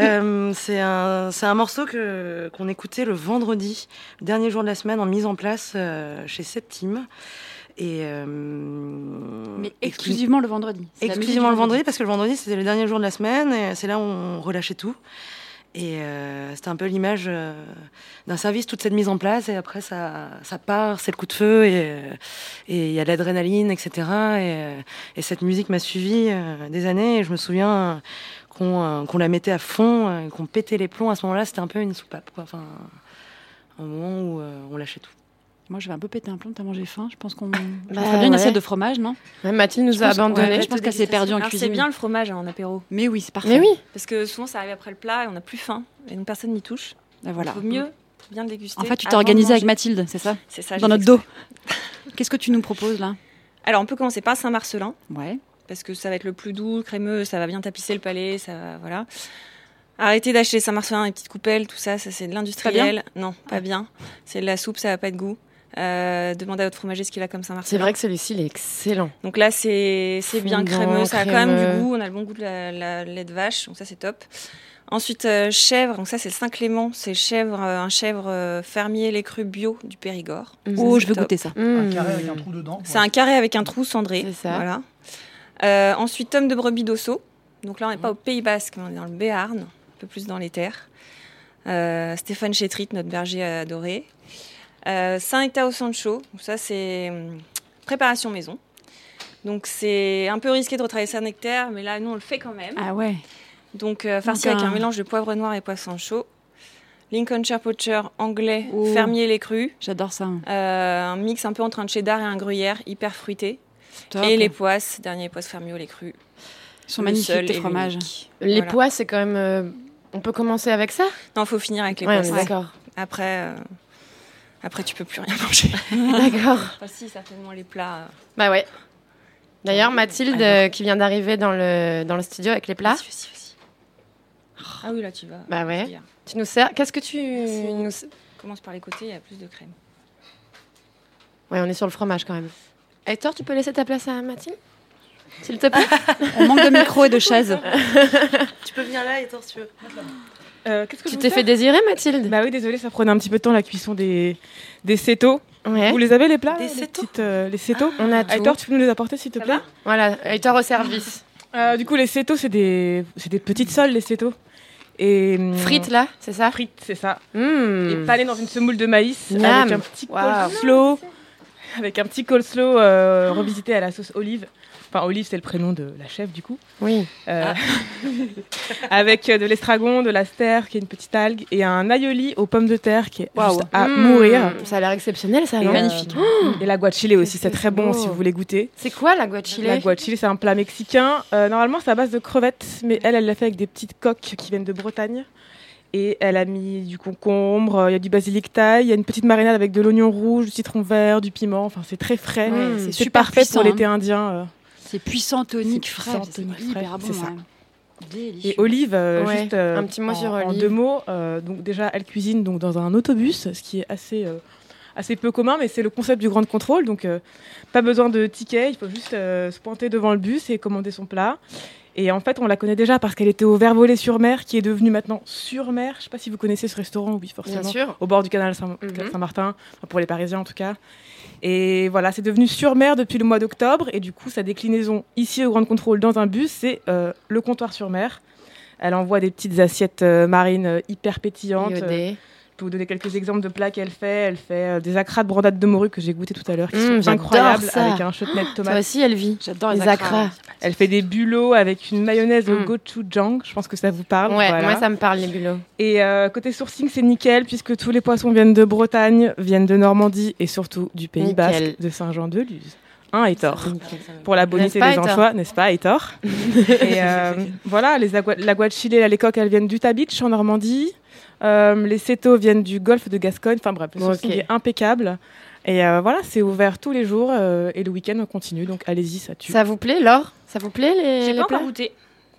S3: Euh, c'est un, c'est un morceau que qu'on écoutait le vendredi, le dernier jour de la semaine, en mise en place euh, chez Septime. Et euh,
S5: Mais
S3: et qui-
S5: exclusivement le vendredi. C'est la musique du
S3: Exclusivement le vendredi, parce que le vendredi, c'était le dernier jour de la semaine, et c'est là où on relâchait tout. Et euh, c'était un peu l'image euh, d'un service, toute cette mise en place, et après, ça, ça part, c'est le coup de feu, et euh, et il y a de l'adrénaline, etc. Et, euh, et cette musique m'a suivi euh, des années, et je me souviens euh, qu'on euh, qu'on la mettait à fond, euh, qu'on pétait les plombs. À ce moment-là, c'était un peu une soupape, quoi. Enfin, un moment où euh, on lâchait tout.
S5: Moi, je vais un peu péter un plomb, t'as mangé faim. Je pense qu'on on
S4: Bah,
S5: ferait bien une
S4: ouais.
S5: assiette de fromage, non
S4: Mathilde nous
S5: Je
S4: a
S5: pense-
S4: abandonnés.
S5: ouais, je pense qu'elle s'est perdue en
S6: Alors,
S5: cuisine.
S6: C'est bien le fromage hein, en apéro.
S5: Mais oui, c'est parfait.
S4: Mais oui.
S6: Parce que souvent, ça arrive après le plat et on n'a plus faim. Et donc, personne n'y touche.
S5: Ah, voilà.
S6: Il vaut mieux bien le déguster.
S5: En fait, tu t'es
S6: avant de
S5: organisée avec
S6: manger.
S5: Mathilde, c'est ça
S6: C'est ça. j'ai
S5: Dans notre
S6: fait
S5: dos. Qu'est-ce que tu nous proposes là
S6: Alors, on peut commencer par Saint-Marcelin.
S5: Ouais.
S6: Parce que ça va être le plus doux, le crémeux, ça va bien tapisser le palais, ça va, voilà. Arrêtez d'acheter Saint-Marcelin, les petites coupelles, tout ça, ça c'est de l'industriel. Non, pas bien. C'est de la soupe, ça n'a pas de goût. Euh, demandez à votre fromager ce qu'il a comme
S4: C'est
S6: Saint-Marcelin.
S4: vrai que celui-ci, il est excellent.
S6: Donc là, c'est c'est bien
S4: Fondant,
S6: crémeux, ça a quand même
S4: crémeux.
S6: du goût, on a le bon goût de la, la lait de vache, donc ça c'est top. Ensuite, euh, chèvre, donc ça c'est le Saint-Clément, c'est chèvre, euh, un chèvre euh, fermier lait cru bio du Périgord.
S5: Mhm.
S6: Ça,
S5: Oh,
S6: c'est
S5: je veux
S6: top. Mhm.
S5: goûter ça.
S9: Un carré avec un trou dedans.
S6: C'est un carré avec un trou cendré.
S4: C'est ça.
S6: Voilà. Euh, ensuite, tome de brebis d'osso. Donc là, on n'est
S5: Mhm.
S6: pas au Pays Basque, mais on est dans le Béarn, un peu plus dans les terres. Euh, Stéphane Chétrit, notre berger adoré. Euh, Saint Hector au Sancho. Donc ça, c'est hum, préparation maison. Donc c'est un peu risqué de retravailler Saint Nectaire, mais là, nous, on le fait quand même.
S5: Ah ouais.
S6: Donc euh, farci
S5: Donc,
S6: avec un...
S5: un-
S6: mélange de poivre noir et poisson chaud. Lincolnshire Poacher anglais,
S5: Oh.
S6: fermier les crus.
S5: J'adore ça. hein.
S6: Euh, un mix un peu entre un cheddar et un gruyère, hyper fruité.
S5: Top.
S6: Et les poisses, dernier poisse fermier au lait cru.
S5: Ils sont
S6: le
S5: magnifiques
S6: seul
S5: tes
S6: et
S5: fromages.
S6: l'unique.
S4: Les
S6: Voilà.
S4: pois, c'est quand même. euh, On peut commencer avec ça
S6: Non, faut finir avec les
S4: Ouais, on
S6: poisses.
S4: est d'accord.
S6: Après, euh, après tu peux plus rien manger.
S4: D'accord.
S6: Enfin, si, certainement les plats.
S4: Bah ouais. D'ailleurs, Mathilde,
S6: Alors.
S4: euh, qui vient d'arriver dans le, dans le studio avec les plats,
S6: Vas-y, vas-y, vas-y. Ah oui, là tu vas.
S4: Oh. Bah ouais.
S6: C'est bien.
S4: tu nous sers. Qu'est-ce que tu nous.
S6: Commence par les côtés, il y a plus de crème.
S4: Ouais, on est sur le fromage quand même. Hector, tu peux laisser ta place à Mathilde S'il te plaît
S5: On manque de micro et de chaises.
S3: Tu peux venir là, et si tu veux. Euh,
S11: Qu'est-ce que
S4: Tu t'es fait désirer, Mathilde
S11: Bah oui, désolé, ça prenait un petit peu de temps la cuisson des des cétos.
S4: Ouais.
S11: Vous les avez les plats
S3: Des
S11: là, les
S3: cétos
S11: petites, euh, les cétos.
S4: On a tout.
S11: Hector, tu peux nous les apporter s'il te plaît
S4: Voilà, Hector au service.
S11: Euh, Du coup, les cétos, c'est des c'est des petites soles les cétos. Et hum,
S4: Frites là, c'est ça
S11: frites, c'est ça.
S4: Mmh.
S11: Et panées dans une semoule de maïs
S4: Miam.
S11: avec un petit
S4: Waouh.
S11: coleslaw. Avec un petit coleslaw euh, revisité à la sauce olive. Enfin, olive, c'est le prénom de la chef, du coup.
S4: Oui.
S11: Euh, avec euh, de l'estragon, de l'aster, qui est une petite algue, et un aioli aux pommes de terre, qui est juste à
S4: Mmh.
S11: mourir.
S4: Ça a l'air exceptionnel ça,
S11: Et,
S4: non
S11: euh, et la guachile aussi, c'est
S4: que
S11: très bon
S4: c'est beau.
S11: si vous voulez goûter.
S4: C'est quoi la guacchile
S11: La guachile, c'est un plat mexicain. Euh, normalement, c'est à base de crevettes, mais elle, elle l'a fait avec des petites coques qui viennent de Bretagne. Et elle a mis du concombre, euh, il y a du basilic thaï, il y a une petite marinade avec de l'oignon rouge, du citron vert, du piment. Enfin, c'est très frais.
S5: Ouais, mm. c'est
S11: c'est
S5: super
S11: parfait
S5: puissant, hein.
S11: pour l'été indien. euh.
S5: C'est puissant, tonique,
S11: C'est
S5: frais.
S11: puissant,
S5: C'est
S11: tonique,
S5: hyper
S11: frais,
S5: bon.
S11: c'est ça.
S5: ouais. Délicieux.
S11: Et Olive, euh,
S4: Ouais,
S11: juste euh,
S4: un petit mot
S11: en,
S4: sur
S11: en
S4: Olive.
S11: deux mots. euh, donc déjà, elle cuisine donc dans un autobus, ce qui est assez euh, assez peu commun, mais c'est le concept du grand contrôle. Donc euh, pas besoin de ticket, il faut juste euh, se pointer devant le bus et commander son plat. Et en fait, on la connaît déjà parce qu'elle était au Vert Volet sur Mer, qui est devenu maintenant Sur Mer. Je sais pas si vous connaissez ce restaurant, oui forcément
S4: Bien sûr.
S11: au bord du canal Saint-
S4: Mhm.
S11: Saint-Martin, enfin, pour les Parisiens en tout cas. Et voilà, c'est devenu sur mer depuis le mois d'octobre. Et du coup, sa déclinaison ici au Grand Contrôle dans un bus, c'est euh, le comptoir sur mer. Elle envoie des petites assiettes euh, marines euh, hyper pétillantes.
S4: Iodées.
S11: Euh, je peux vous donner quelques exemples de plats qu'elle fait. Elle fait euh, des acras de brandade de morue que j'ai goûté tout à l'heure, qui
S4: Mmh,
S11: sont
S4: j'adore
S11: incroyables,
S4: ça.
S11: avec un chutney de
S4: Oh,
S11: tomate.
S4: toi aussi, Elvie. J'adore les Les acras. acras.
S11: Elle fait des bulots avec une mayonnaise au gochujang. Je pense que ça vous parle.
S4: Mm. Ouais,
S11: voilà.
S4: moi ça me parle les bulots.
S11: Et euh, côté sourcing, c'est nickel puisque tous les poissons viennent de Bretagne, viennent de Normandie et surtout du Pays
S4: Nickel.
S11: Basque, de Saint-Jean-de-Luz. Un et tort. Pour la
S4: N'est-ce
S11: bonité
S4: pas,
S11: des
S4: Hétor
S11: anchois, n'est-ce pas, et tort Et euh, voilà, les agua- la guachilée, la coques, elles viennent d'Utah Beach en Normandie. Euh, les cétos viennent du golfe de Gascogne. Enfin bref, le
S4: Bon,
S11: sourcing
S4: ok.
S11: est impeccable. Et euh, voilà, c'est ouvert tous les jours euh, et le week-end on continue. Donc allez-y, ça tue.
S4: Ça vous plaît, Laure Ça vous plaît les,
S6: J'ai
S4: les
S6: pas encore
S4: plats
S6: goûté,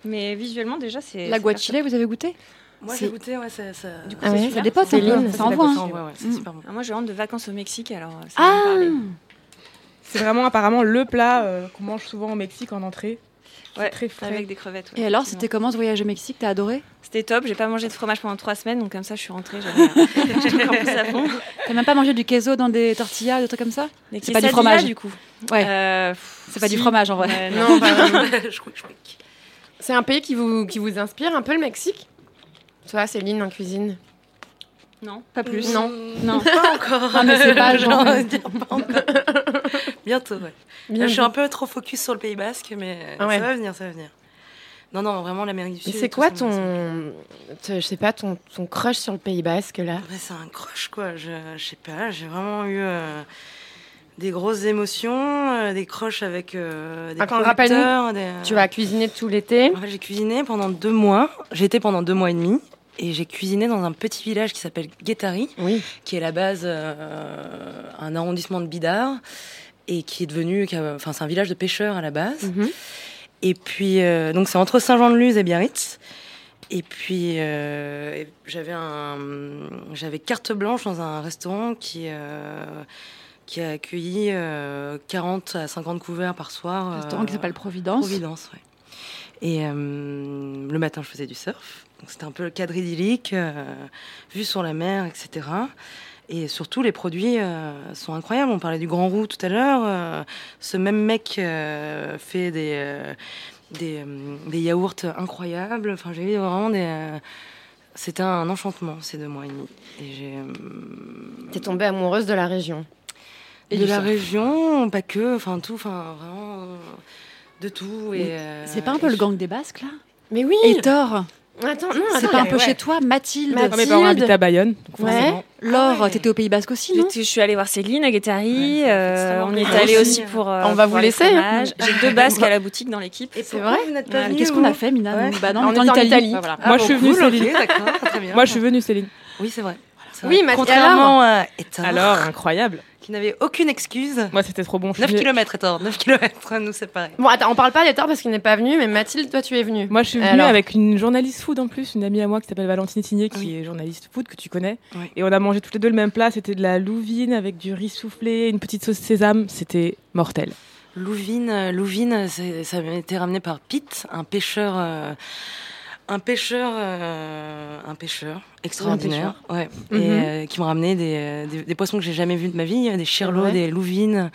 S6: mais visuellement déjà c'est.
S5: La
S6: c'est
S5: guachile, vous avez goûté
S6: Moi,
S3: j'ai
S6: j'ai
S3: goûté, ouais, ça. Du
S6: Ah
S5: ouais,
S6: super.
S5: ça dépote un peu, ça envoie, hein.
S3: Ouais, ouais, c'est
S5: Mm.
S3: super bon.
S6: Ah, Moi, je rentre de vacances au Mexique, alors. euh, ça
S11: Ah
S6: va me parler.
S11: C'est vraiment apparemment le plat euh, qu'on mange souvent au Mexique en entrée. C'est très frais.
S6: Avec des crevettes. ouais,
S5: Et alors,
S6: effectivement.
S5: c'était comment ce voyage au Mexique T'as adoré
S6: C'était top. J'ai pas mangé de fromage pendant trois semaines, donc comme ça, je suis rentrée. J'avais j'étais encore plus à fond.
S5: T'as même pas mangé du queso dans des tortillas, des trucs comme ça
S6: Des
S5: C'est pas du
S6: quesadillas,
S5: fromage
S6: du coup.
S5: Ouais.
S6: Euh,
S5: c'est pas du
S6: si.
S5: fromage en vrai.
S6: Euh,
S4: Non, pas vraiment.
S3: Je crois- je crois que-
S4: C'est un pays qui vous, qui vous inspire un peu le Mexique Toi, Céline, en cuisine
S6: Non, pas
S4: plus. Non.
S6: Non.
S3: Hmm, Pas encore.
S4: Non, mais c'est pas
S3: J'ai
S4: genre-
S3: envie de dire pas encore. Bientôt, ouais.
S4: Bien
S3: Là, je suis
S4: dit.
S3: un peu trop focus sur le Pays Basque, mais euh,
S4: Ah ouais.
S3: ça va venir, ça va venir. Non, non, vraiment l'Amérique du
S4: Mais
S3: Sud.
S4: c'est
S3: tout
S4: quoi
S3: ça me-
S4: ton, te- je sais pas, ton, ton crush sur le Pays Basque là
S3: Ouais, c'est un crush, quoi. Je, je sais pas, j'ai vraiment eu euh, des grosses émotions, euh, des crushs avec euh, des
S4: Attends,
S3: producteurs.
S4: rappelle-nous,
S3: Des...
S4: tu vas cuisiner tout l'été.
S3: En fait, Ah, j'ai cuisiné pendant deux mois. J'ai été pendant deux mois et demi. Et j'ai cuisiné dans un petit village qui s'appelle Guétari, qui est à la base euh, un arrondissement de Bidart, et qui est devenu, qui a- enfin c'est un village de pêcheurs à la base.
S5: Mhm.
S3: Et puis euh, donc c'est entre Saint-Jean-de-Luz et Biarritz. Et puis euh, j'avais un, j'avais carte blanche dans un restaurant qui euh, qui a accueilli euh, 40 à 50 couverts par soir.
S5: Un restaurant Euh, qui s'appelle Providence.
S3: Providence, ouais. Et euh, le matin, je faisais du surf. Donc, C'était un peu le cadre idyllique, euh, vue sur la mer, etc. Et surtout, les produits euh, sont incroyables. On parlait du Grand Roux tout à l'heure. euh, ce même mec euh, fait des, euh, des, euh, des yaourts incroyables. Enfin, j'ai eu vraiment des. euh, c'était un enchantement ces deux mois et demi. Et j'ai. euh,
S4: T'es tombée amoureuse de la région. Et
S3: de
S4: du
S3: la
S4: surf.
S3: région, pas que, enfin tout, enfin vraiment euh, de tout. Et, euh,
S5: C'est pas un peu le gang des Basques là
S4: Mais oui
S5: Et Thor
S4: Attends, non,
S5: C'est
S4: attends,
S5: pas un
S4: mais
S5: peu
S4: ouais.
S5: chez toi, Mathilde
S4: Mathilde. Non, mes parents habitent à
S11: Bayonne.
S5: Ouais.
S4: forcément.
S5: Laure, t'étais au Pays Basque aussi, non
S6: Ah J'étais- Je suis allée voir Céline à Guétari. euh, on y est
S5: plaisir.
S6: allé aussi pour. euh,
S4: On va
S6: pour
S4: vous
S6: les
S4: laisser, hein.
S6: fromages. J'ai deux basques à la boutique dans l'équipe.
S3: Et
S4: C'est vrai
S3: vous n'êtes
S6: Ouais,
S3: pas
S5: Qu'est-ce qu'on a fait, Mina
S3: Ouais.
S5: Bah non,
S4: Ah, On
S5: on était en
S4: était en
S5: Italie.
S4: Italie.
S5: Bah, voilà.
S11: Moi, je suis venue, Céline.
S3: D'accord, très bien.
S11: Moi, je suis venue, Céline.
S3: Oui, c'est vrai. C'est
S4: Oui,
S3: vrai.
S4: Mathilde,
S3: contrairement à Etor,
S11: Alors, incroyable.
S3: qui n'avait aucune excuse.
S11: Moi, c'était trop bon. Je
S3: 9
S11: suis venue-
S3: km, Etor, 9 km nous séparer.
S4: Bon, attends, on parle pas d'Hétor parce qu'il n'est pas venu, mais Mathilde, toi, tu es venue.
S11: Moi, je suis venue
S4: Alors.
S11: avec une journaliste food en plus, une amie à moi qui s'appelle Valentine Tigné, qui est journaliste food que tu connais.
S3: Oui.
S11: Et on a mangé toutes les deux le même plat. C'était de la louvine avec du riz soufflé, une petite sauce sésame. C'était mortel.
S3: Louvine, euh, Louvine, c'est- ça m'a été ramené par Pete, un pêcheur, euh, un pêcheur, euh, un pêcheur extraordinaire, ouais,
S4: Mhm.
S3: et euh, qui m'a ramené des, euh, des, des poissons que j'ai jamais vus de ma vie, euh, des
S4: Ah
S3: chirlots,
S4: ouais.
S3: des louvines,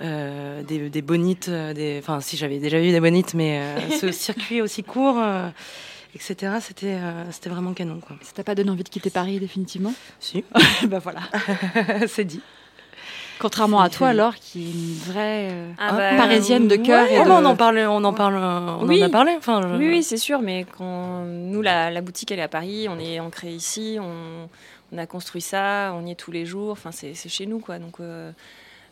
S3: euh, des, des bonites, euh, des, enfin si j'avais déjà vu des bonites, mais euh, ce circuit aussi court. euh, Etc. C'était euh, c'était vraiment canon quoi.
S5: Ça t'a pas donné envie de quitter Paris définitivement
S3: Si,
S5: Bah voilà.
S3: c'est dit.
S5: Contrairement à toi, Laure, qui est une vraie euh,
S6: Ah
S3: Ah,
S6: bah,
S5: parisienne de cœur.
S3: Ouais,
S5: et de-
S3: Oh, On en parle, on en parle, euh, on
S6: Oui.
S3: en a parlé. Enfin, je-
S6: Oui, oui, c'est sûr, mais quand nous, la, la boutique, elle est à Paris, on est ancré ici, on, on a construit ça, on y est tous les jours, enfin, c'est c'est chez nous, quoi. Donc, euh,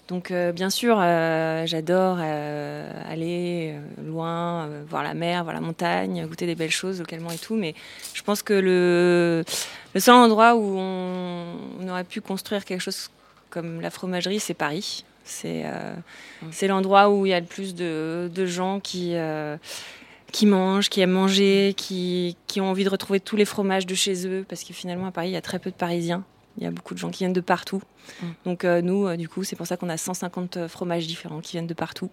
S6: donc euh, bien sûr, euh, j'adore euh, aller euh, loin, euh, voir la mer, voir la montagne, goûter des belles choses localement et tout, mais je pense que le, le seul endroit où on, on aurait pu construire quelque chose comme la fromagerie, c'est Paris. C'est euh, c'est l'endroit où il y a le plus de, de gens qui, euh, qui mangent, qui aiment manger, qui, qui ont envie de retrouver tous les fromages de chez eux, parce que finalement à Paris, il y a très peu de Parisiens. Il y a beaucoup de gens qui viennent de partout.
S3: Mm.
S9: Hum.
S6: Donc euh, nous, euh, du coup, c'est pour ça qu'on a 150 fromages différents qui viennent de partout.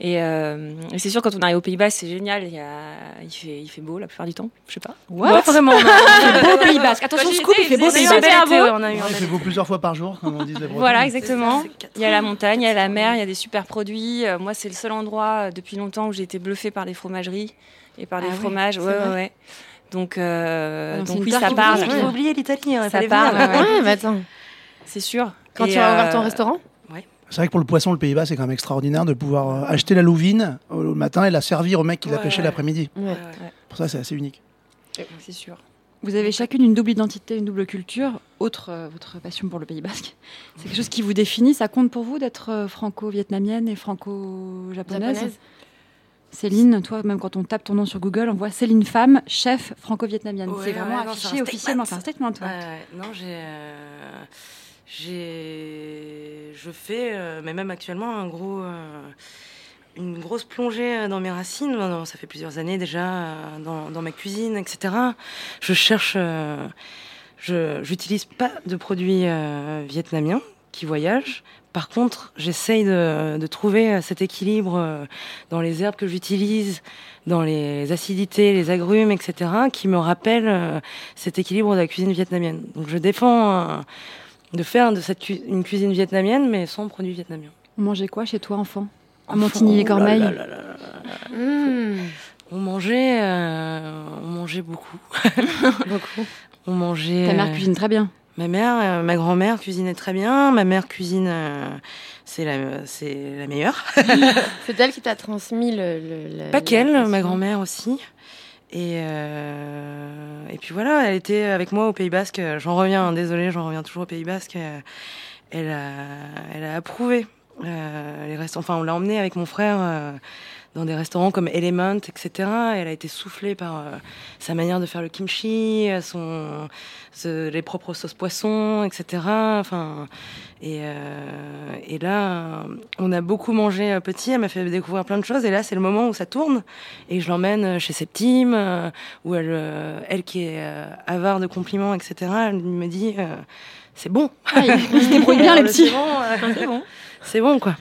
S6: Et, euh, et c'est sûr, quand on arrive aux Pays-Bas, c'est génial. Il, y a- il, fait, il fait beau la plupart du temps. Je sais pas.
S5: What
S3: Pas vraiment. non.
S5: C'est beau Pays Basque. Attention,
S6: Quand j'y
S5: scoop, il
S6: étais,
S5: fait beau
S6: ils
S3: On
S5: Pays
S3: a eu un
S6: étaient
S5: Basque.
S3: bel
S6: super
S3: été,
S6: beau.
S3: ouais, on a eu
S9: Il
S3: un bel
S9: fait beau plusieurs fois par jour, comme on dit les Bretons.
S6: Voilà, exactement.
S3: C'est ça, c'est
S6: Il y a la montagne, il y a la mer, il y a des super produits. Euh, moi, c'est le seul endroit euh, depuis longtemps où j'ai été bluffée par des fromageries et par
S5: Ah
S6: des
S5: ouais,
S6: fromages.
S5: c'est
S6: Ouais, ouais,
S5: vrai.
S6: ouais. Donc, euh,
S3: Non, c'est
S6: donc
S3: une
S6: oui,
S3: tarte
S6: ça
S3: qui
S6: parle.
S3: bouge, qui Ouais. oublie l'Italie, hein, il
S6: ça
S3: fallait
S6: parle.
S3: venir. Ouais, mais
S4: attends.
S6: C'est sûr.
S4: Quand
S6: Et,
S4: tu vas ouvrir ton
S6: euh,
S4: restaurant
S3: Ouais.
S9: C'est vrai que pour le poisson, le Pays-Bas, c'est quand même extraordinaire de pouvoir euh, acheter la louvine au le matin et la servir au mec qui l'a
S5: Ouais,
S9: pêché
S5: ouais. Mm.
S9: l'après-midi.
S5: Ouais.
S9: Pour ça, c'est assez unique.
S5: C'est sûr. Vous avez chacune une double identité, une double culture, autre euh, votre passion pour le Pays Basque. C'est quelque chose qui vous définit. Ça compte pour vous d'être euh, franco-vietnamienne et franco-japonaise
S4: Japonaise.
S5: Céline, toi, même quand on tape ton nom sur Google, on voit Céline femme, chef franco-vietnamienne.
S3: Ouais,
S5: c'est vraiment
S3: ouais, non, c'est
S5: affiché
S3: un
S5: officiellement. C'est
S3: statement.
S5: un statement, toi.
S3: Ouais, ouais. Non, j'ai. euh, j'ai. Je fais, euh, mais même actuellement, un gros. euh, une grosse plongée euh, dans mes racines. Non, non, ça fait plusieurs années déjà, euh, dans, dans ma cuisine, etc. Je cherche. euh, je J'utilise pas de produits euh, vietnamiens qui voyagent. Par contre, j'essaye de, de trouver euh, cet équilibre euh, dans les herbes que j'utilise, dans les acidités, les agrumes, etc., qui me rappellent euh, cet équilibre de la cuisine vietnamienne. Donc je défends euh, de faire de cette cu- une cuisine vietnamienne, mais sans produits vietnamiens.
S5: On mangeait quoi chez toi, enfant À
S3: Enfant,
S5: Montigny et
S3: oh là
S5: Cormeilles
S3: là là là là là. On mangeait, euh, on mangeait beaucoup.
S5: beaucoup.
S3: On mangeait.
S5: Ta mère
S3: euh,
S5: cuisine très bien.
S3: Ma mère, euh, ma grand-mère cuisinait très bien. Ma mère cuisine, euh, c'est la, c'est la meilleure.
S4: C'est elle qui t'a transmis le. le- la-
S3: Pas qu'elle,
S4: la-
S3: ma grand-mère aussi. Et, euh, et puis voilà, elle était avec moi au Pays Basque. J'en reviens, désolé, j'en reviens toujours au Pays Basque. Euh, Elle a, elle a approuvé euh, les restaurants. Enfin, on l'a emmenée avec mon frère euh, dans des restaurants comme Element, etc. Elle a été soufflée par euh, sa manière de faire le kimchi, euh, son, ce- les propres sauces poissons, etc. Enfin, et, euh, et là, euh, on a beaucoup mangé euh, petit, elle m'a fait découvrir plein de choses, et là, c'est le moment où ça tourne, et je l'emmène euh, chez Septime, euh, où elle, euh, elle qui est euh, avare de compliments, etc., elle me dit, euh, c'est bon.
S5: ils Ah, se débrouillent bien, les
S3: Le
S5: petits.
S3: C'est bon, euh,
S5: C'est bon.
S3: c'est bon, quoi.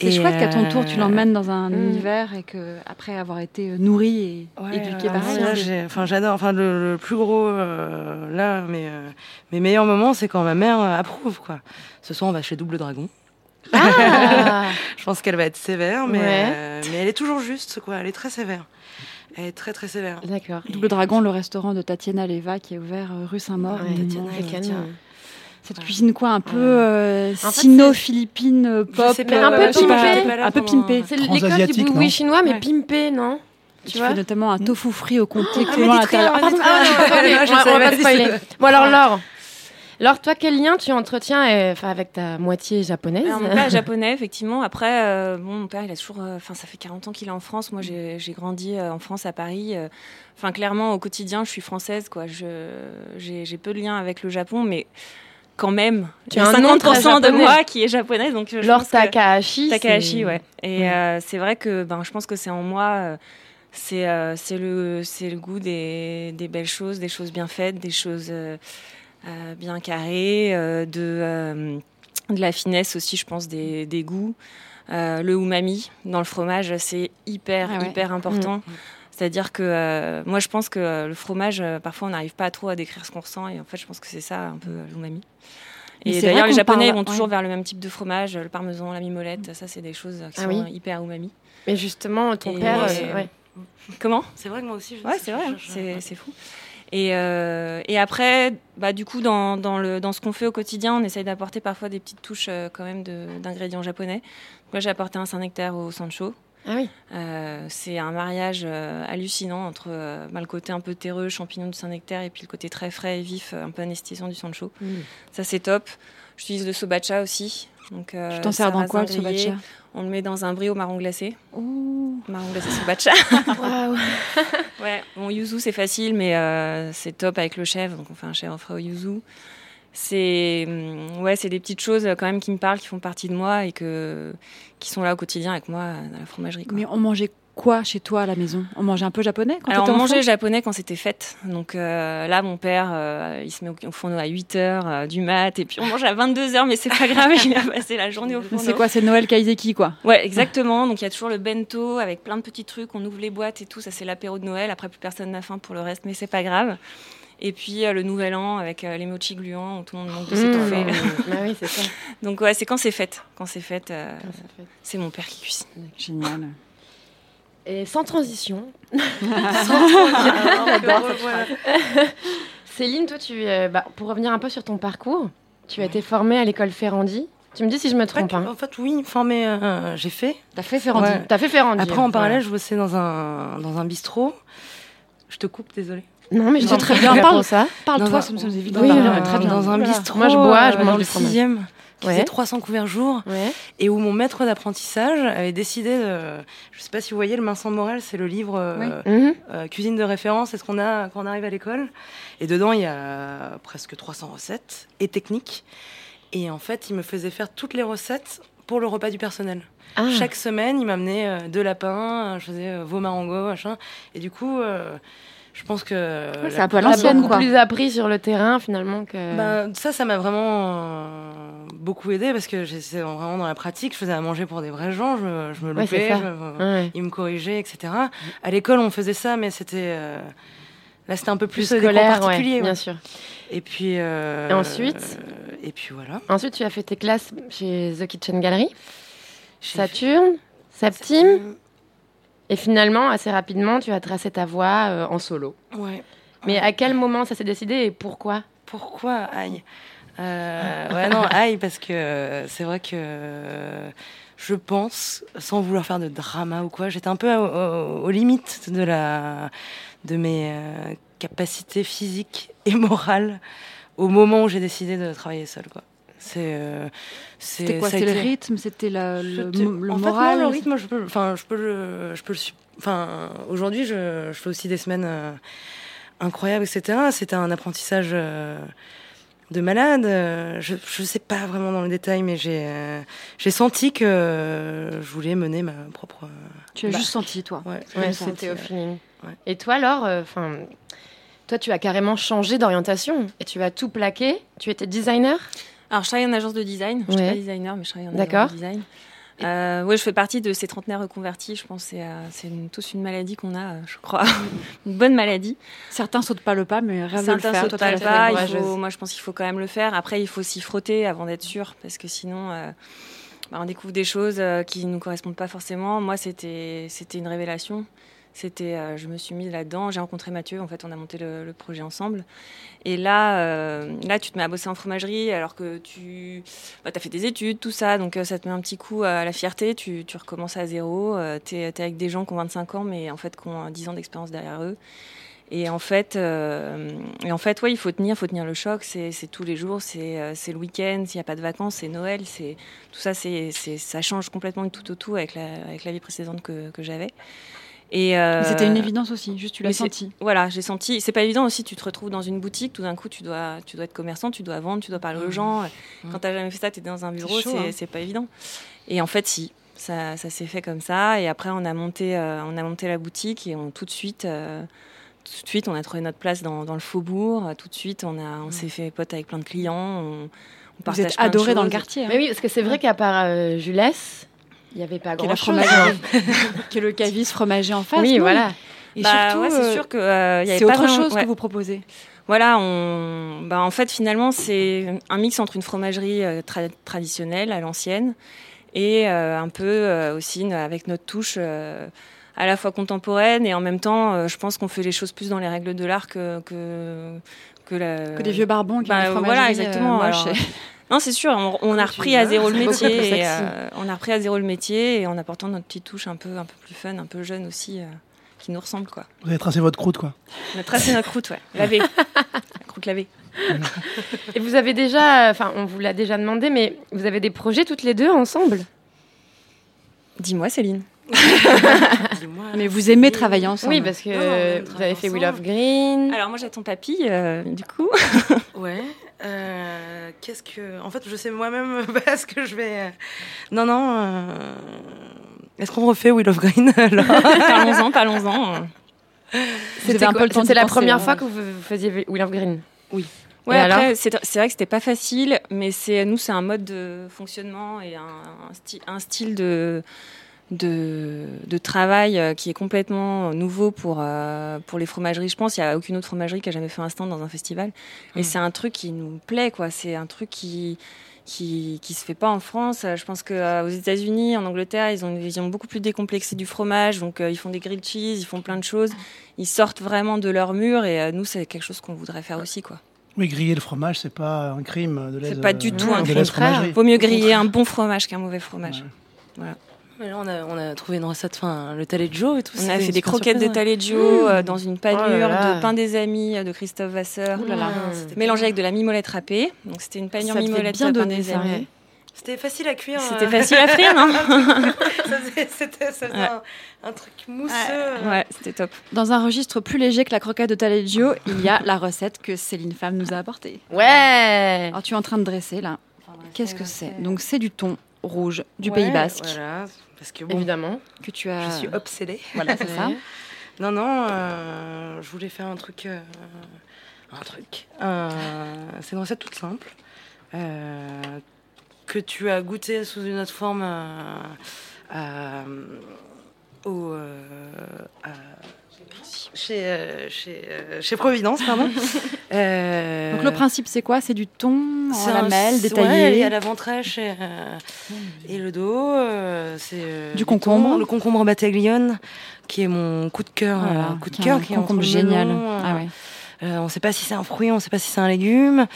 S5: C'est
S3: Et,
S5: chouette qu'à ton tour, tu
S3: euh,
S5: l'emmènes dans un
S3: hmm.
S5: univers et que après avoir été euh, nourrie et
S3: Ouais,
S5: éduquée
S3: ouais,
S5: pareil.
S3: ouais,
S5: hein,
S3: Ah, j'ai- enfin, j'adore. Enfin, le, le plus gros euh, là, mes, euh, mes meilleurs moments, c'est quand ma mère euh, approuve quoi. Ce soir, on va chez Double Dragon.
S6: Ah!
S3: Je pense qu'elle va être sévère, mais
S5: Ouais.
S3: euh, mais elle est toujours juste quoi. Elle est très sévère. Elle est très très sévère.
S4: D'accord.
S5: Double Dragon, le restaurant de Tatiana Leva qui est ouvert euh, rue Saint-Maur.
S3: Ouais,
S5: Mm.
S3: Tatiana Leva,
S5: Cette
S3: tiens.
S5: Cette cuisine quoi, un peu euh,
S3: fait,
S5: sino-philippine, euh,
S3: Je
S5: pop,
S3: sais pas, euh,
S5: euh,
S4: un peu
S5: je sais pas,
S4: pimpée.
S5: un peu pimpée.
S4: C'est l'école du boui chinois, mais pimpé, non
S5: Tu fais notamment un tofu frit au comté.
S4: Ah, mais dites rien,
S5: Ah, pardon,
S4: dites
S5: ah,
S4: rien.
S5: non, attendez,
S4: Ouais,
S5: on va- on va pas spoiler.
S4: Bon, alors, Laure. Laure, toi, quel lien tu entretiens euh, enfin, avec ta moitié japonaise
S6: Alors, mon père est japonais, effectivement. Après, euh, bon, mon père, il a toujours. euh, Enfin, ça fait 40 ans qu'il est en France. Moi, j'ai j'ai grandi euh, en France, à Paris. euh. Enfin, clairement, au quotidien, je suis française, quoi. Je- J'ai j'ai peu de lien avec le Japon, mais quand même, il
S4: Tu
S6: y
S4: as
S6: a
S4: un nom très
S6: 50% de
S4: japonais.
S6: moi qui est japonaise. Donc, je
S4: Laure
S6: pense que-
S4: Takahashi, c'est-
S6: Takahashi, ouais. Et
S4: Ouais.
S6: euh, c'est vrai que ben, je pense que c'est en moi. euh, c'est euh, c'est le, c'est le goût des, des belles choses, des choses bien faites, des choses euh, euh, bien carrées, euh, de, euh, de la finesse aussi, je pense, des, des goûts. Euh, le umami dans le fromage, c'est hyper,
S5: Ah ouais.
S6: hyper important.
S5: Mm.
S6: C'est-à-dire que euh, moi, je pense que euh, le fromage, euh, parfois, on n'arrive pas trop à décrire ce qu'on ressent. Et en fait, je pense que c'est ça, un peu, euh, l'umami.
S5: Mais
S6: Et
S5: c'est
S6: d'ailleurs,
S5: vrai
S6: les
S5: qu'on
S6: Japonais
S5: parle-
S6: vont toujours
S5: ouais.
S6: vers le même type de fromage, le parmesan, la mimolette, ça, c'est des choses qui
S4: Ah
S6: sont
S4: oui.
S6: euh, hyper umami.
S4: Mais justement, ton
S6: Et-
S4: père.
S6: et-
S4: euh, ouais.
S6: Comment
S3: C'est vrai que moi aussi. Je
S6: Ouais, c'est vrai, hein, c'est c'est fou. Et, euh, et après, bah, du coup, dans, dans, le, dans ce qu'on fait au quotidien, on essaye d'apporter parfois des petites touches euh, quand même de- d'ingrédients japonais. Moi, j'ai apporté un Saint-Nectaire au Sancho.
S4: Ah oui.
S6: Euh, c'est un mariage euh, hallucinant entre euh, bah, le côté un peu terreux, champignon du Saint-Nectaire, et puis le côté très frais et vif, euh, un peu anesthésiant du Sancho.
S5: Mm.
S6: Ça, c'est top. J'utilise le sobacha aussi. Donc, euh,
S5: Tu t'en sers dans
S6: sarrasin
S5: quoi, le
S6: grillé.
S5: sobacha Oh.
S6: On le met dans un brie au marron glacé. Marron glacé sobacha.
S4: Waouh.
S6: ouais, bon, yuzu c'est facile, mais euh, c'est top avec le chèvre. Donc on fait un chèvre frais au yuzu. C'est hum, ouais, c'est des petites choses euh, quand même qui me parlent, qui font partie de moi et que qui sont là au quotidien avec moi euh, dans la fromagerie. quoi.
S5: Mais on mangeait quoi chez toi à la maison On mangeait un peu japonais quand
S6: Alors,
S5: t'étais
S6: on
S5: enfant
S6: mangeait japonais quand c'était fête. Donc euh, là, mon père, euh, il se met au, au fourneau à 8h du mat, et puis on mange à 22h, mais c'est pas grave, il a passé la journée au fourneau.
S5: C'est quoi C'est Noël Kaiseki quoi
S6: Ouais, exactement. Donc il y a toujours le bento avec plein de petits trucs. On ouvre les boîtes et tout. Ça, c'est l'apéro de Noël. Après, plus personne n'a faim pour le reste, mais c'est pas grave. Et puis euh, le nouvel an avec euh, les mochi gluants où tout le monde manque de s'étouffer.
S4: Mmh. Bah oui, c'est ça.
S6: Donc ouais, c'est quand c'est fête. Quand c'est fête, euh,
S4: c'est
S6: c'est mon père qui cuisine.
S5: Génial.
S4: Et sans transition.
S11: transition.
S4: J'adore Ah, cette phrase. Céline, toi, tu, es- bah, pour revenir un peu sur ton parcours, tu as été formée à l'école Ferrandi. Tu me dis si je me trompe. hein.
S3: En fait, oui, formée, euh, j'ai fait.
S4: T'as fait Ferrandi. T'as fait Ferrandi,
S3: Après, en
S4: voilà.
S3: parallèle, je bossais dans un, dans un bistrot. Je te coupe, désolée.
S4: Non, mais je
S3: Dans-
S4: t'en prie, on répond ça.
S3: Dans un-
S4: ça me semble évident.
S3: Oui,
S4: Oui,
S3: dans,
S4: très bien.
S3: dans un
S4: Voilà.
S3: bistrot.
S4: Moi, je bois, je
S3: euh,
S4: mange
S3: dans
S4: du
S3: le
S4: fromage.
S3: sixième, qui
S4: Ouais.
S3: faisait 300 couverts jour, et où mon maître d'apprentissage avait décidé de. Je sais pas si vous voyez, le Vincent Morel, c'est le livre euh,
S4: Oui. Mhm.
S3: euh, cuisine de référence, est-ce qu'on a quand on arrive à l'école Et dedans, il y a presque 300 recettes et techniques. Et en fait, il me faisait faire toutes les recettes pour le repas du personnel.
S4: Ah.
S3: Chaque semaine, il m'amenait euh, deux lapins, euh, je faisais euh, veau marengo, machin. Et du coup, euh, je pense que.
S4: Ouais, C'est
S3: la-
S4: un peu à
S3: la-
S4: l'ancienne,
S3: beaucoup
S4: quoi.
S3: plus
S4: plus appris sur le terrain, finalement, que...
S3: ben, ça, ça m'a vraiment euh, beaucoup aidé parce que j'étais vraiment dans la pratique. Je faisais à manger pour des vrais gens. Je, me- je me
S4: Ouais, c'est
S3: loupais,
S4: ça.
S3: je me-
S4: Ouais.
S3: ils me corrigeaient, etc. À l'école, on faisait ça, mais c'était euh, là, c'était un peu plus,
S4: Plus
S3: des cours
S4: scolaire, ouais,
S3: particuliers,
S4: bien sûr.
S3: Et puis euh,
S4: Et ensuite
S3: et puis voilà.
S4: Ensuite, tu as fait tes classes chez The Kitchen Gallery, Saturne, Septime. Et finalement, assez rapidement, tu as tracé ta voie euh, en solo.
S3: Ouais.
S4: Mais à quel moment ça s'est décidé et pourquoi
S3: Pourquoi Aïe. Euh, ouais, non, aïe, parce que euh, c'est vrai que euh, je pense, sans vouloir faire de drama ou quoi, j'étais un peu à- au- aux limites de, la, de mes euh, capacités physiques et morales au moment où j'ai décidé de travailler seule, quoi. C'est, euh, c'est-
S5: C'était quoi
S3: ça a
S5: C'était le
S3: été-
S5: rythme C'était la- le,
S3: C'était-
S5: mo- le
S3: en fait, non,
S5: moral
S3: le rythme, je peux, enfin, je peux le, je peux le, sup- enfin, aujourd'hui, je, je fais aussi des semaines euh, incroyables, etc. C'était un apprentissage euh, de malade. Euh, Je, je sais pas vraiment dans le détail, mais j'ai, euh, j'ai senti que euh, je voulais mener ma propre. euh, bah,
S5: Tu as juste senti, toi.
S3: Ouais,
S4: Ouais,
S3: j'ai senti,
S4: c'était au
S3: ouais.
S4: feeling. Et toi, alors, enfin, toi, tu as carrément changé d'orientation et tu as tout plaqué. Tu étais designer.
S6: Alors, je travaille en agence de design. Je ne suis
S4: Ouais.
S6: pas designer, mais je travaille en
S4: D'accord.
S6: agence de design. Euh, ouais, je fais partie de ces trentenaires reconvertis. Je pense que c'est, euh, c'est une- tous une maladie qu'on a, euh, je crois. une bonne maladie.
S5: Certains sautent pas le pas, mais rêvent euh, de le
S6: Certains
S5: faire.
S6: sautent pas le pas. il faut- moi, je pense qu'il faut quand même le faire. Après, il faut s'y frotter avant d'être sûr, parce que sinon, euh, bah, on découvre des choses euh, qui ne nous correspondent pas forcément. Moi, c'était c'était une révélation. C'était, euh, je me suis mise là-dedans. J'ai rencontré Mathieu. En fait, on a monté le, le projet ensemble. Et là, euh, là, tu te mets à bosser en fromagerie alors que tu as fait des études, tout ça. Donc, euh, ça te met un petit coup à la fierté. Tu, tu recommences à zéro. tu es, avec des gens qui ont 25 ans, mais en fait, qui ont euh, 10 ans d'expérience derrière eux. Et en fait, euh, et en fait, ouais, il faut tenir, faut tenir le choc. C'est c'est tous les jours, c'est euh, c'est le week-end. S'il n'y a pas de vacances, c'est Noël. C'est tout ça, c'est c'est- ça change complètement de tout au tout avec la avec la vie précédente que, que j'avais. Et
S5: Mais c'était une
S6: euh,
S5: évidence aussi, juste tu l'as
S6: mais c'est-
S5: senti.
S6: Voilà, j'ai senti. C'est pas évident aussi. Tu te retrouves dans une boutique, tout d'un coup, tu dois tu dois être commerçant, tu dois vendre, tu dois parler aux gens. Quand t'as jamais fait ça, t'es dans un bureau,
S5: Mmh. chaud,
S6: c'est
S5: hein.
S6: c'est pas évident. Et en fait, si. Ça, ça s'est fait comme ça. Et après, on a monté, euh, on a monté la boutique et on, tout de suite, euh, tout de suite, on a trouvé notre place dans, dans le faubourg. Tout de suite, on,
S5: Mm.
S6: a, on s'est fait pote avec plein de clients. On, on partage plein de choses.
S5: hein.
S4: Mais oui, parce que c'est vrai qu'à part euh, Julès, il n'y avait pas
S5: Que la
S4: grand-chose.
S5: fromagerie. que le cavis fromager en face.
S4: Oui,
S5: non
S4: voilà.
S5: Et
S6: Bah,
S5: surtout,
S6: ouais, c'est
S5: euh,
S6: sûr que euh, il y avait
S5: c'est
S6: pas
S5: autre
S6: vraiment-
S5: chose
S6: ouais.
S5: que vous proposez.
S6: Voilà, on... bah, en fait, finalement, c'est un mix entre une fromagerie euh, tra- traditionnelle à l'ancienne et euh, un peu euh, aussi une- avec notre touche euh, à la fois contemporaine et en même temps, euh, je pense qu'on fait les choses plus dans les règles de l'art que, que, que, la- Bah,
S5: Que des vieux barbons qui ont une fromagerie,
S6: Voilà,
S5: euh,
S6: exactement.
S5: moche.
S6: Alors, Non, c'est sûr, on, on a
S5: tu
S6: repris à
S5: veux,
S6: zéro le
S5: c'est beaucoup plus
S6: métier.
S5: sexy.
S6: et, euh, on a repris à zéro le métier et en apportant notre petite touche un peu, un peu plus fun, un peu jeune aussi, euh, qui nous ressemble, quoi.
S9: Vous avez tracé votre croûte, quoi.
S6: On a tracé notre route, ouais. Lavé. La croûte lavée.
S4: Et vous avez déjà, enfin, on vous l'a déjà demandé, mais vous avez des projets toutes les deux ensemble
S6: Dis-moi, Céline.
S5: Mais vous aimez travailler ensemble.
S4: Oui, parce que vous avez fait Will of Green.
S6: Alors moi j'attends papy, euh, du coup.
S3: Ouais. euh, Qu'est-ce que. En fait, je sais moi-même pas ce que je vais. euh, Non, non. euh, Est-ce qu'on refait Will of Green alors
S6: Parlons-en, parlons-en.
S4: C'était quoi- c'était la première fois que vous, vous faisiez Will of Green.
S3: Oui.
S6: Ouais,
S4: Et
S6: après,
S4: alors
S6: c'est c'est vrai que c'était pas facile, mais c'est nous, c'est un mode de fonctionnement et un, un sti- un style de, de, de travail euh, qui est complètement nouveau pour, euh, pour les fromageries. Je pense qu'il n'y a aucune autre
S4: Hmm.
S6: fromagerie qui a jamais fait un stand dans un festival. Et c'est un truc qui nous plaît, quoi. C'est un truc qui, qui, qui se fait pas en France. Euh, Je pense que euh, aux États-Unis, en Angleterre, ils ont une vision beaucoup plus décomplexée du fromage. Donc euh, ils font des grilled cheese, ils font plein de choses. Ils sortent vraiment de leur mur et euh, nous c'est quelque chose qu'on voudrait faire aussi quoi.
S9: Oui, griller le fromage, c'est pas un crime de l'aise.
S6: C'est pas du
S9: euh,
S6: tout un
S9: de
S6: crime.
S9: l'aise fromagerie.
S6: Ah, Vaut mieux griller un bon fromage qu'un mauvais fromage. Voilà.
S3: Mais là, on a, on a trouvé une recette, enfin, le taleggio et tout.
S6: On
S3: c'était
S6: a fait
S3: une
S6: des
S3: super
S6: croquettes de
S3: surprise, hein.
S6: taleggio euh,
S3: Mmh.
S6: dans une
S3: Oh là
S6: panure
S3: là.
S6: de pain des amis euh, de Christophe Vasseur,
S5: Oh
S3: Ouh là là,
S6: Mmh.
S3: c'était
S6: mélangée avec de la mimolette râpée. Donc c'était une panure
S5: Ça devait
S6: mimolette
S5: bien
S6: de pain
S5: donner,
S6: des
S5: ça,
S6: amis.
S5: ouais.
S3: C'était facile à cuire.
S6: C'était
S3: euh.
S6: facile à frire, non
S3: Ça faisait- C'était ça faisait
S6: Ouais.
S3: un, un truc mousseux.
S6: Ouais, c'était top.
S5: Dans un registre plus léger que la croquette de Taleggio, il y a la recette que Céline Femme nous a apportée.
S4: Ouais
S5: Alors tu es en train de dresser là. Qu'est-ce que c'est Donc c'est du thon rouge du
S3: Ouais,
S5: Pays Basque.
S3: Voilà, parce que bon,
S4: Évidemment.
S5: Que tu as.
S3: Je suis obsédée.
S5: Voilà, c'est ça.
S3: Non, non, euh, je voulais faire un truc. euh, un truc. euh, c'est une recette toute simple. euh, que tu as goûté sous une autre forme euh, à- au, euh, à- chez, euh, chez, euh, chez Providence. Pardon. Euh,
S5: Donc le principe c'est quoi C'est du thon en
S3: c'est un-
S5: lamelles
S3: ouais,
S5: détaillé.
S3: il y a la ventrèche et, euh, et le dos. euh, c'est euh,
S5: Du
S3: thon,
S5: concombre.
S3: le concombre bataillon, qui est mon coup de cœur.
S5: Voilà,
S3: euh, coup de
S5: qui est
S3: cœur,
S5: un
S3: qui
S5: concombre
S3: est entre le
S5: génial.
S3: melon, euh,
S5: Ah ouais.
S3: euh, on ne sait pas si c'est un fruit, on ne sait pas si c'est un légume.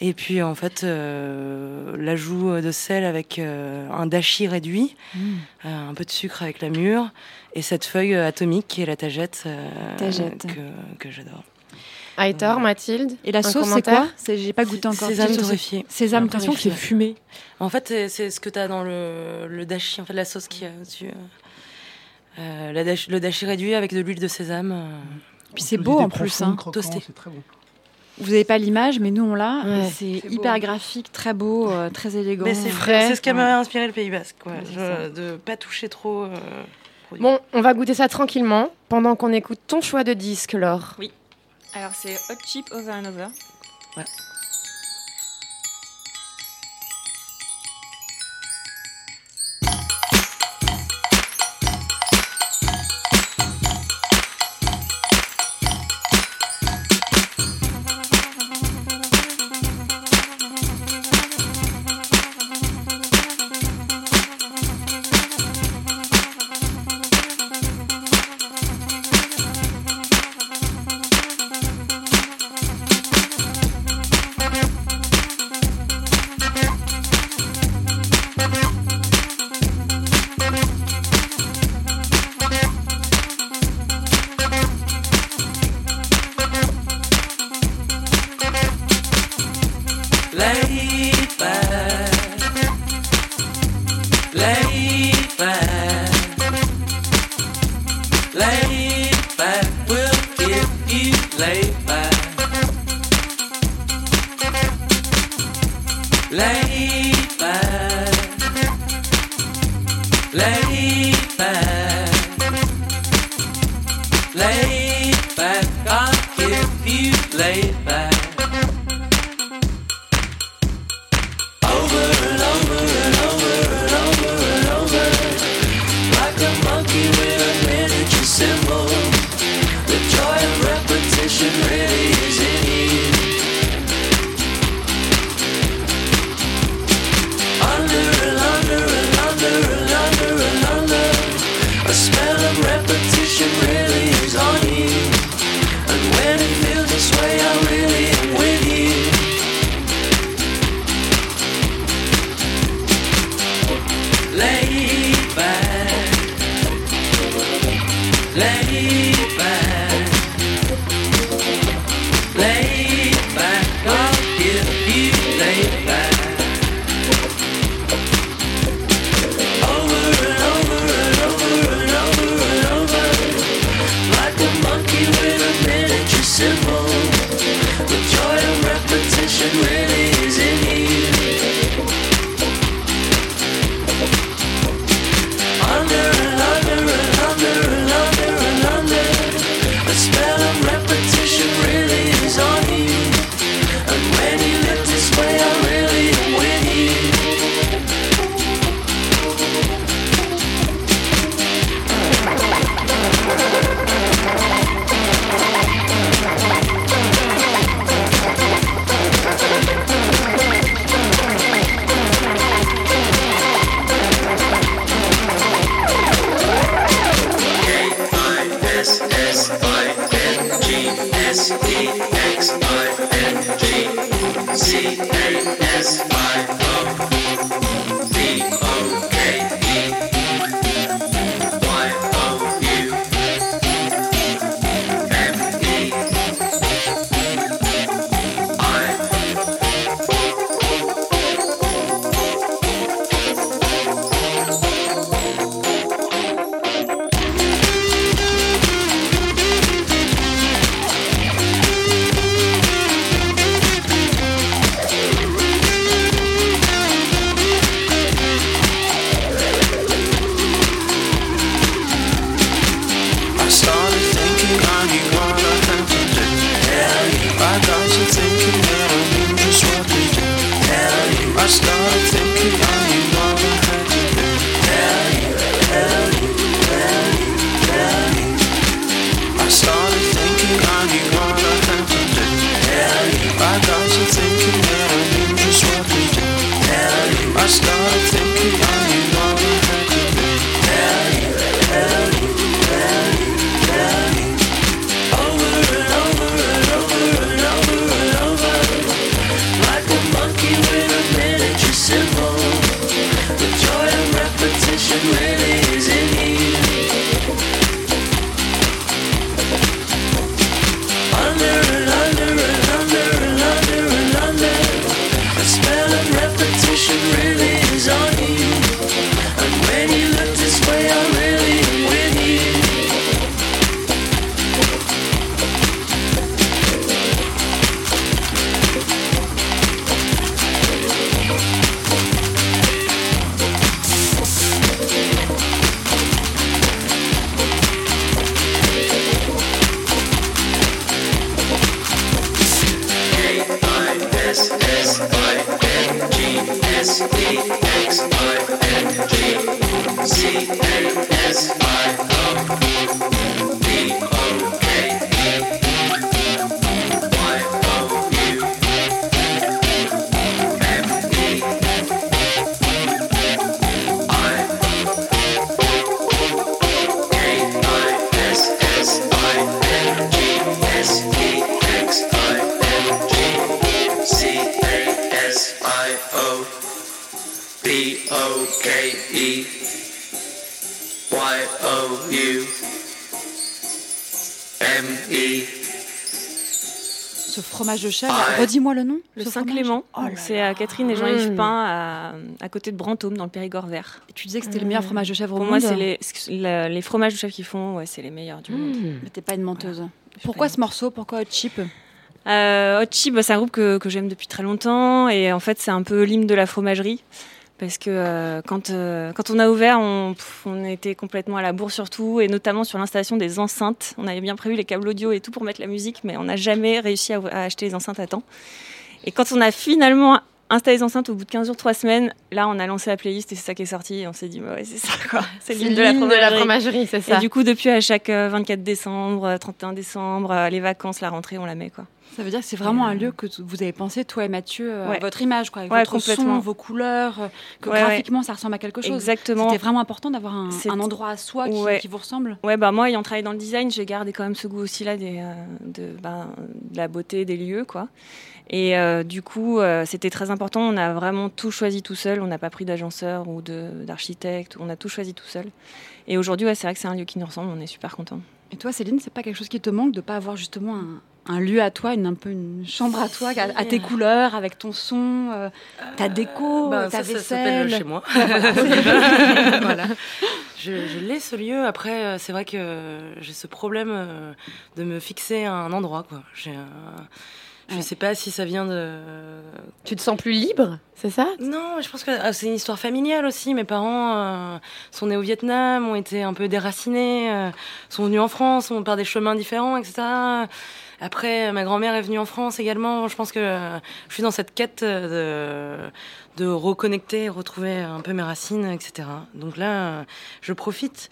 S3: Et puis en fait, euh, l'ajout de sel avec euh, un dashi réduit,
S5: Mm.
S3: euh, un peu de sucre avec la mûre, et cette feuille euh, atomique qui est la tagette, euh,
S5: Tagette.
S3: que, que j'adore.
S4: Aitor, Mathilde.
S5: Et la
S4: un
S5: sauce c'est
S4: commentaire
S5: quoi C'est- J'ai pas goûté encore.
S3: Sésame
S5: Sauce-
S3: torréfié.
S5: Sésame
S11: l'impression que
S5: torréfié.
S11: c'est fumé.
S3: En fait, c'est- c'est ce que tu as dans le, le dashi, en fait, la sauce qu'il y a dessus. euh, euh, la dashi- le dashi réduit avec de l'huile de sésame. euh,
S5: Puis c'est beau en plus. hein.
S3: Toasté.
S5: Vous n'avez pas l'image, mais nous on l'a.
S4: Ouais.
S5: Et C'est hein. hyper graphique, très beau, euh, très élégant.
S3: Mais c'est
S4: Frais.
S3: c'est ce qui m'avait inspiré le Pays Basque, quoi.
S5: c'est
S3: Je-
S5: ça.
S3: de pas toucher trop. euh,
S4: Bon, on va goûter ça tranquillement pendant qu'on écoute ton choix de disque, Laure.
S6: Alors c'est Hot Chip Over and Over.
S1: Laid back. Laid back. Laid back. We'll give you laid back. Laid back. Laid back. Laid back. I'll give you laid back. Like a monkey with a miniature symbol. The joy of repetition really is in you. Under and under and under and under and under. A smell of repetition really is on you. And when it feels this way, I really am with you. Lay back. Lay back. Lay back. I'll give you lay back. Over and over and over and over and over. Like a monkey with a miniature symbol. The joy of repetition really is in you. Under and under and under and under and under. The spell of repetition really is on you. And when you live this way, I really am with you. P O K E Y O U M E.
S5: Ce fromage de chèvre,
S6: Ah ouais.
S5: redis-moi le nom.
S6: Le
S5: ce
S6: Saint-Clément,
S5: fromage. Oh là
S6: c'est à Catherine et Jean-Yves Pain, à, à côté de Brantôme, dans le Périgord vert. Mmh.
S5: tu disais que c'était le meilleur fromage de chèvre au
S6: Pour
S5: monde. Mmh.
S6: moi, c'est les, la- les fromages de chèvre qu'ils font, ouais, c'est les meilleurs du monde.
S5: Mais t'es pas une menteuse. Pourquoi ce morceau Pourquoi Hot Chip
S6: Euh, Hot Chip, bah, c'est un groupe que, que j'aime depuis très longtemps et en fait c'est un peu l'hymne de la fromagerie parce que euh, quand, euh, quand on a ouvert, on, pff, on était complètement à la bourre surtout et notamment sur l'installation des enceintes. On avait bien prévu les câbles audio et tout pour mettre la musique, mais on n'a jamais réussi à, à acheter les enceintes à temps. Et quand on a finalement installé les enceintes au bout de 15 jours, 3 semaines, là on a lancé la playlist et c'est ça qui est sorti et on s'est dit, bah ouais, c'est ça quoi.
S4: C'est l'hymne de la fromagerie, c'est ça.
S6: Et du coup, depuis à chaque euh, 24 décembre, euh, 31 décembre, euh, les vacances, la rentrée, on la met quoi.
S5: Ça veut dire que c'est vraiment un lieu que t- vous avez pensé, toi et Mathieu, euh, à
S6: Ouais.
S5: votre image, quoi, avec
S6: Ouais,
S5: votre son,
S6: complètement.
S5: vos couleurs, euh, que
S6: Ouais, ouais.
S5: graphiquement ça ressemble à quelque chose.
S6: Exactement.
S5: C'était vraiment important d'avoir un,
S6: C'est-
S5: un endroit à soi qui,
S6: Ouais.
S5: qui vous ressemble.
S6: Ouais, bah moi, ayant travaillé dans le design, j'ai gardé quand même ce goût aussi là des, euh, de, ben, de la beauté des lieux, quoi. Et euh, du coup, euh, c'était très important. On a vraiment tout choisi tout seul. On n'a pas pris d'agenceur ou de- d'architecte. On a tout choisi tout seul. Et aujourd'hui, ouais, c'est vrai que c'est un lieu qui nous ressemble. On est super contents.
S5: Et toi, Céline, c'est pas quelque chose qui te manque de pas avoir justement un, un lieu à toi, une, un peu une chambre à toi, à, à tes couleurs, avec ton son, euh, ta
S4: Oh,
S5: déco,
S3: bah,
S5: ta
S3: ça, ça
S5: vaisselle.
S3: s'appelle chez moi.
S4: Bah,
S3: Voilà. Je, je l'ai ce lieu. Après, euh, c'est vrai que euh, j'ai ce problème euh, de me fixer à un endroit. Quoi. J'ai un- Je ne sais pas si ça vient de.
S4: Tu te sens plus libre, c'est ça
S3: Non, je pense que ah, c'est une histoire familiale aussi. Mes parents euh, sont nés au Vietnam, ont été un peu déracinés, euh, sont venus en France, ont par des chemins différents, etc. Après, ma grand-mère est venue en France également. Je pense que euh, je suis dans cette quête euh, de, de reconnecter, retrouver un peu mes racines, etc. Donc là, euh, je profite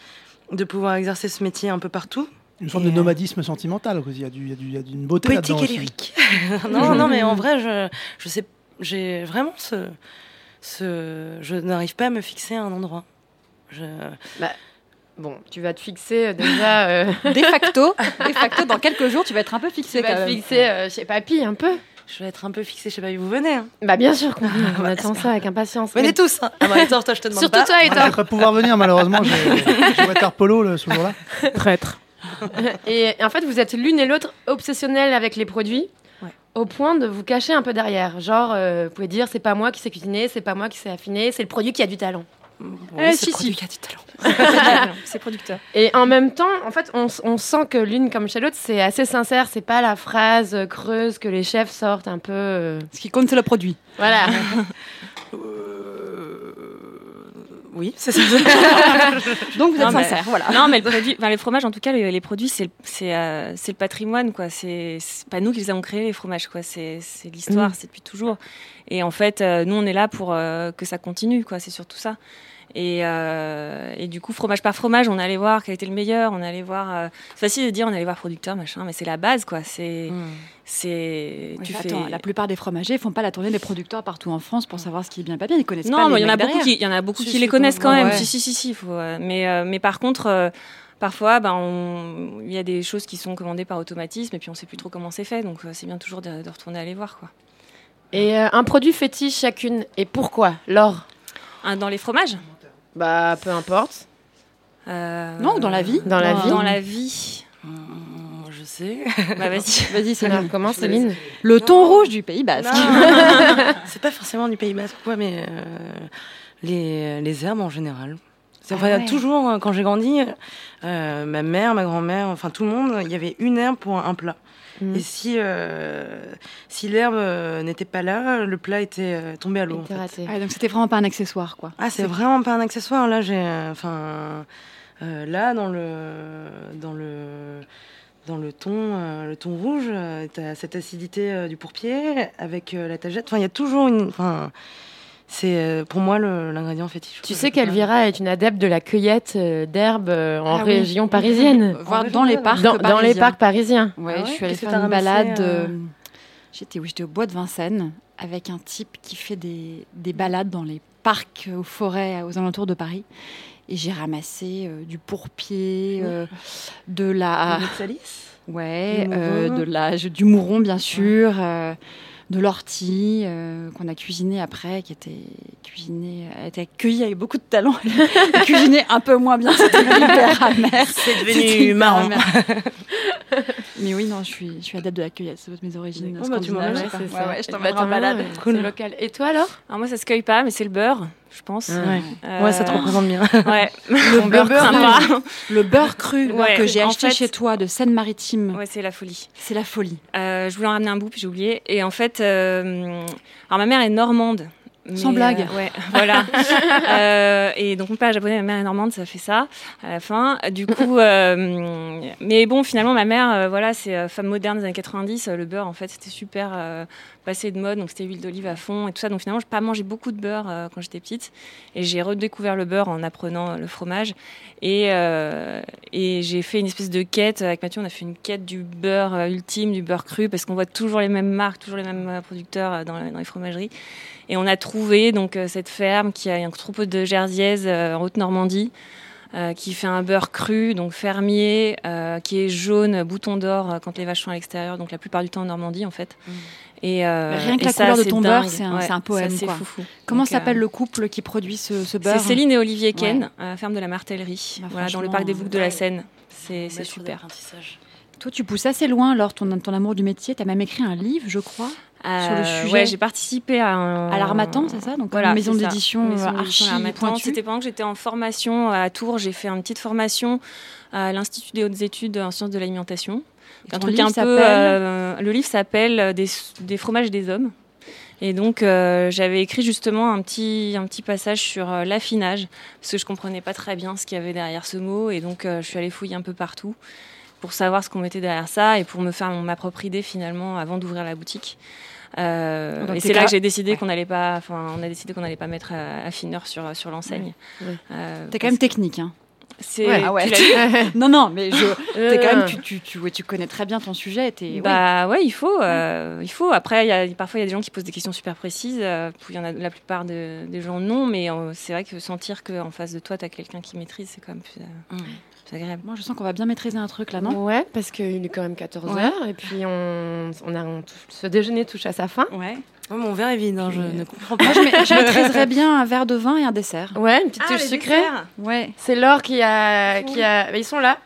S3: de pouvoir exercer ce métier un peu partout.
S9: Une sorte de nomadisme sentimental. quoi. Il y a, du, il y a du- il y a d'une beauté
S3: Poétique
S9: là-dedans
S3: et
S9: aussi.
S3: lyrique. non, non,
S5: Mmh.
S3: mais en vrai, je, je sais, j'ai vraiment ce, ce, je n'arrive pas à me fixer à un endroit. Je,
S4: Bah, Bon, tu vas te fixer euh, déjà. euh,
S5: De facto, de facto, dans quelques jours, tu vas être un peu fixé.
S4: Tu vas
S5: quand
S4: te
S5: même.
S4: fixer euh, chez Papy un peu.
S3: je vais être un peu fixée, je sais pas, vous venez. hein.
S4: Bah bien sûr qu'on on attend ça avec impatience.
S3: Venez
S4: Mais-
S3: tous. hein. Ah bah, Hector, toi, je te demande
S4: Surtout
S3: pas.
S4: toi,
S9: Je vais
S4: Hector.
S9: pas pouvoir venir, malheureusement. J'ai j'ai water polo le, ce jour-là.
S11: Traître.
S4: Et en fait, vous êtes l'une et l'autre obsessionnelles avec les produits. Au point de vous cacher un peu derrière. Genre, euh, vous pouvez dire, c'est pas moi qui sais cuisiner, c'est pas moi qui sais affiner, c'est le produit qui a du talent.
S3: Oui,
S4: Eh,
S3: c'est
S4: si,
S3: le produit
S4: si.
S3: qui a du talent.
S6: c'est producteur.
S4: Et en même temps, en fait, on, s- on sent que l'une comme chez l'autre, c'est assez sincère. C'est pas la phrase euh, creuse que les chefs sortent un peu. euh,
S5: Ce qui compte, c'est le produit.
S4: Voilà.
S3: Oui, c'est ça.
S5: Donc vous êtes
S6: Non, mais-
S5: sincère, voilà.
S6: Non, mais le produit, enfin, les fromages, en tout cas, les, les produits, c'est le- c'est euh, c'est le patrimoine, quoi. C'est c'est pas nous qui les avons créés, les fromages, quoi. C'est c'est l'histoire,
S4: Mm.
S6: c'est depuis toujours. Et en fait, euh, nous, on est là pour euh, que ça continue, quoi. C'est surtout ça. Et, euh, et du coup, fromage par fromage, on allait voir quel était le meilleur, on allait voir. euh, c'est facile de dire, on allait voir producteur, machin, mais c'est la base, quoi. C'est. c'est
S5: Mm. Ouais,
S6: tu
S5: mais
S6: fais.
S5: attends, la plupart des fromagers font pas la tournée des producteurs partout en France pour savoir ce qui est bien pas bien. Ils connaissent pas
S6: Non, mais
S5: les
S6: il y en a
S5: mecs
S6: beaucoup
S5: derrière.
S6: qui, il y en a beaucoup
S5: Si,
S6: qui
S5: si,
S6: les connaissent
S5: comment-
S6: quand même.
S5: ouais.
S6: Si, si, si, si, faut, euh, mais, euh, mais par contre, euh, parfois, ben, on- il y a des choses qui sont commandées par automatisme et puis on sait plus trop comment c'est fait. Donc euh, c'est bien toujours de, de retourner aller voir, quoi.
S4: Et euh, un produit fétiche chacune. Et pourquoi Laure
S6: Un dans les fromages.
S4: Bah, peu importe.
S6: euh,
S5: Non, dans la vie.
S4: Dans la vie.
S6: Dans la vie.
S3: Hum, Je sais.
S6: Bah vas-y.
S5: Vas-y, c'est
S4: Alors, comment, Céline
S5: Le thon rouge du Pays Basque.
S3: Non. c'est pas forcément du Pays Basque, quoi, mais euh, les, les herbes en général. C'est- Enfin,
S5: Ah ouais.
S3: Toujours, euh, quand j'ai grandi, euh, ma mère, ma grand-mère, enfin tout le monde, il y avait une herbe pour un plat.
S4: Mhm.
S3: Et si, euh, si l'herbe euh, n'était pas là, le plat était euh, tombé à l'eau. en fait.
S4: Raté.
S5: Ah, donc c'était vraiment pas un accessoire, quoi.
S3: Ah, c'est vraiment pas un accessoire. Là, j'ai, euh, enfin, euh, là dans le, dans le, dans le thon, euh, le thon rouge, euh, t'as cette acidité euh, du pourpier avec euh, la tagette. Enfin, il y a toujours une, enfin, c'est euh, pour moi le- l'ingrédient fétiche.
S4: Tu sais qu'Elvira est une adepte de la cueillette euh, d'herbes euh, en région parisienne.
S5: Ah Voir
S3: En
S5: dans les
S3: région,
S5: parcs.
S4: Dans, dans
S5: parisiens.
S4: les parcs parisiens.
S5: Ouais,
S3: Ah ouais
S5: je suis allée
S3: Qu'est-ce que
S5: faire
S3: t'as
S5: une
S3: ramassé,
S5: balade.
S3: euh
S5: euh, J'étais où J'étais au bois de Vincennes avec un type qui fait des, des balades dans les parcs, aux forêts, aux alentours de Paris. Et j'ai ramassé euh, du pourpier, euh, de la.
S3: Le Nexalis
S5: Ouais,
S3: Du
S5: euh,
S3: mouron.
S5: de la, je- du mouron, bien sûr, euh, de l'ortie euh, qu'on a cuisiné après, qui était cuisinée, elle a été accueillie avec beaucoup de talent. Elle a cuisiné un peu moins bien, c'était hyper amer.
S3: C'est devenu
S5: C'était hyper
S3: marrant.
S5: amer. Mais oui, non, je suis, je suis adepte de la cueillette, c'est votre- mes origines.
S6: Oh, bah, tu
S5: scandinaves, je
S6: m'emmèneras,
S5: sais pas.
S6: c'est
S5: Ouais,
S6: ça.
S5: ouais, je
S6: Bah,
S5: t'emmènerai en
S6: t'emmèneras,
S5: balade.
S6: ouais, c'est Cool. local.
S5: Et toi alors
S6: Ah, moi, ça se cueille pas, mais c'est le beurre, je pense. Euh,
S3: Ouais. Ouais, ça te représente bien.
S6: Ouais.
S5: Le
S6: Bon,
S5: Euh, beurre cru.
S6: sympa.
S5: Le beurre cru, le beurre que j'ai
S6: en
S5: acheté chez toi de Seine-Maritime.
S6: Ouais, c'est la folie.
S5: C'est la folie.
S6: Euh, je voulais en ramener un bout, puis j'ai oublié. Et en fait, euh, alors ma mère est normande. mais,
S5: Sans blague.
S6: euh, ouais, voilà. Euh, et donc mon père est japonais, ma mère est normande, ça fait ça à la fin. Du coup, euh, mais bon, finalement, ma mère, euh, voilà, c'est euh, femme moderne des années 90. euh, le beurre, en fait, c'était super euh, passé de mode, donc c'était huile d'olive à fond et tout ça. Donc finalement, j'ai pas mangé beaucoup de beurre euh, quand j'étais petite, et j'ai redécouvert le beurre en apprenant euh, le fromage. Et, euh, et j'ai fait une espèce de quête avec Mathieu. On a fait une quête du beurre euh, ultime, du beurre cru, parce qu'on voit toujours les mêmes marques, toujours les mêmes euh, producteurs euh, dans, la- dans les fromageries. Et on a trouvé donc euh, cette ferme qui a un troupeau de gersiaises euh, en Haute-Normandie. euh, qui fait un beurre cru, donc fermier, euh, qui est jaune, euh, bouton d'or euh, quand les vaches sont à l'extérieur, donc la plupart du temps en Normandie en fait. Et, euh,
S5: Mmh. Rien que
S6: et
S5: la
S6: ça,
S5: couleur de
S6: c'est
S5: ton
S6: dingue.
S5: beurre, c'est un,
S6: Ouais,
S5: c'est un
S6: ça,
S5: poème.
S6: c'est
S5: quoi.
S6: foufou.
S5: Comment
S6: Donc, euh,
S5: s'appelle le couple qui produit ce, ce beurre
S6: c'est Céline et Olivier Ken,
S5: Ouais. Bah,
S6: euh, ferme de la Martellerie, voilà, dans le
S5: franchement,
S6: parc des Boucs de
S5: ouais.
S6: la Seine. C'est c'est super.
S5: Toi, tu pousses assez loin, alors ton, ton amour du métier. Tu as même écrit un livre, je crois, sur le
S6: Euh,
S5: sujet.
S6: ouais, j'ai participé à un...
S5: À l'Harmattan, c'est ça Donc, une maison
S6: c'est ça.
S5: d'édition,
S6: Maison
S5: euh, archi
S6: d'édition l'Harmattan.
S5: pointue.
S6: C'était pendant que j'étais en formation à Tours, j'ai fait une petite formation à l'Institut des hautes études en sciences de l'alimentation.
S5: ton livre s'appelle
S6: euh, le livre s'appelle euh, des, des fromages des hommes. Et donc euh, j'avais écrit justement un petit un petit passage sur euh, l'affinage parce que je comprenais pas très bien ce qu'il y avait derrière ce mot et donc euh, je suis allée fouiller un peu partout pour savoir ce qu'on mettait derrière ça et pour me faire mon- ma propre idée finalement avant d'ouvrir la boutique. Euh,
S5: Donc,
S6: et
S5: t'es
S6: c'est là
S5: cra-
S6: que j'ai décidé qu'on n'allait pas, enfin, on a décidé qu'on n'allait pas mettre euh, affineur sur sur l'enseigne.
S5: Ouais, ouais.
S6: Euh,
S5: T'es quand même technique, hein
S6: C'est-
S5: Ouais, ah ouais.
S6: tu l'as
S5: non, non, mais je, t'es quand même,
S6: Euh.
S5: tu, tu, tu, ouais, tu connais très bien ton sujet. et T'es,
S6: Bah ouais, il faut, euh, il faut. Après, il y a- parfois il y a des gens qui posent des questions super précises. euh, puis il y en a la plupart de- des gens non, mais euh, c'est vrai que sentir qu'en face de toi t'as quelqu'un qui maîtrise, c'est quand même plus, euh,
S4: Mm.
S6: plus agréable.
S5: Moi, je sens qu'on va bien maîtriser un truc là, non
S4: Ouais, parce qu'il est quand même 14h
S6: Ouais.
S4: et puis on, on a, on touche- ce déjeuner touche à sa fin.
S5: Ouais.
S3: mon verre est vide, hein, je ne comprends pas.
S5: Moi, je, ma- je maîtriserais bien un verre de vin et un dessert.
S4: Ouais, une petite
S5: Ah,
S6: Ah,
S4: touche sucrée.
S5: Ouais.
S4: C'est Laure qui a, qui a. mais Ils sont là.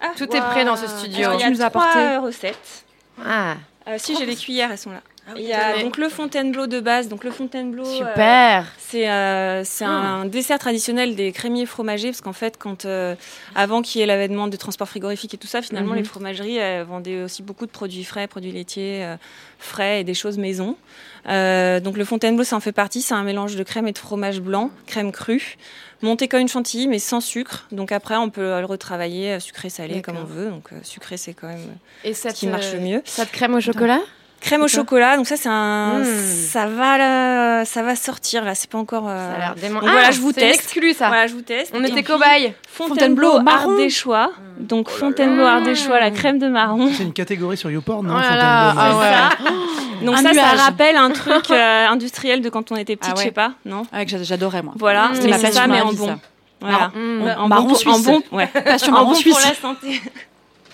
S6: Ah,
S5: Ah,
S4: Tout est prêt dans ce studio.
S6: Il y a trois recettes.
S4: Ah.
S6: Euh, si, j'ai les cuillères, elles sont là. Il y a
S4: oui.
S6: Bah, donc le Fontainebleau de base. Donc le Fontainebleau. euh,
S4: Super. Mmh.
S6: c'est euh, c'est un dessert traditionnel des crémiers fromagers parce qu'en fait, quand euh, avant qu'il y ait l'avènement du transport frigorifique et tout ça, finalement
S4: Mhm.
S6: les fromageries euh, vendaient aussi beaucoup de produits frais, produits laitiers euh, frais et des choses maison. Euh, donc le Fontainebleau, ça en fait partie. C'est un mélange de crème et de fromage blanc, crème crue, monté comme une chantilly mais sans sucre. Donc après, on peut euh, le retravailler euh, sucré, salé comme on veut. Donc euh, sucré, c'est quand même
S4: Et
S6: ce
S4: cette,
S6: qui marche le
S4: euh,
S6: mieux.
S4: Cette crème au chocolat
S6: Crème au
S4: C'est quoi
S6: chocolat, donc ça c'est un,
S4: Mm.
S5: Hmm.
S6: ça va là, ça va sortir là, c'est pas encore. euh,
S4: Ça a l'air dément.
S6: Donc
S4: Ah,
S6: voilà, je vous
S4: c'est une
S6: teste.
S4: exclue, ça.
S6: Voilà, je vous teste.
S4: On
S6: Et
S4: était
S6: puis,
S4: cobayes.
S6: Fontainebleau,
S4: Fontainebleau marron.
S6: Ardéchois,
S5: Hmm.
S6: donc Fontainebleau Ardéchois, la crème de marron.
S9: Oh C'est une catégorie sur YouPorn, non
S6: Oh là
S9: Fontainebleau,
S6: là,
S9: ouais.
S6: ah ouais. Donc
S5: Un
S6: ça,
S5: nuage.
S6: ça rappelle un truc euh, industriel de quand on était petit,
S5: Ah ouais.
S6: je sais pas, non
S5: Ouais, que j'a- j'adorais moi.
S6: Voilà,
S5: C'était
S6: mais
S5: ma
S6: c'est
S5: passion
S6: ça,
S5: dans
S6: mais
S5: la
S6: en
S5: vie,
S6: bon.
S5: ça.
S6: Voilà.
S5: Marron,
S6: En- en
S5: marron
S6: bon pour-
S5: suisse.
S6: en bon, ouais.
S5: Passion
S6: En
S5: marron
S6: bon pour
S5: suisse.
S6: la santé.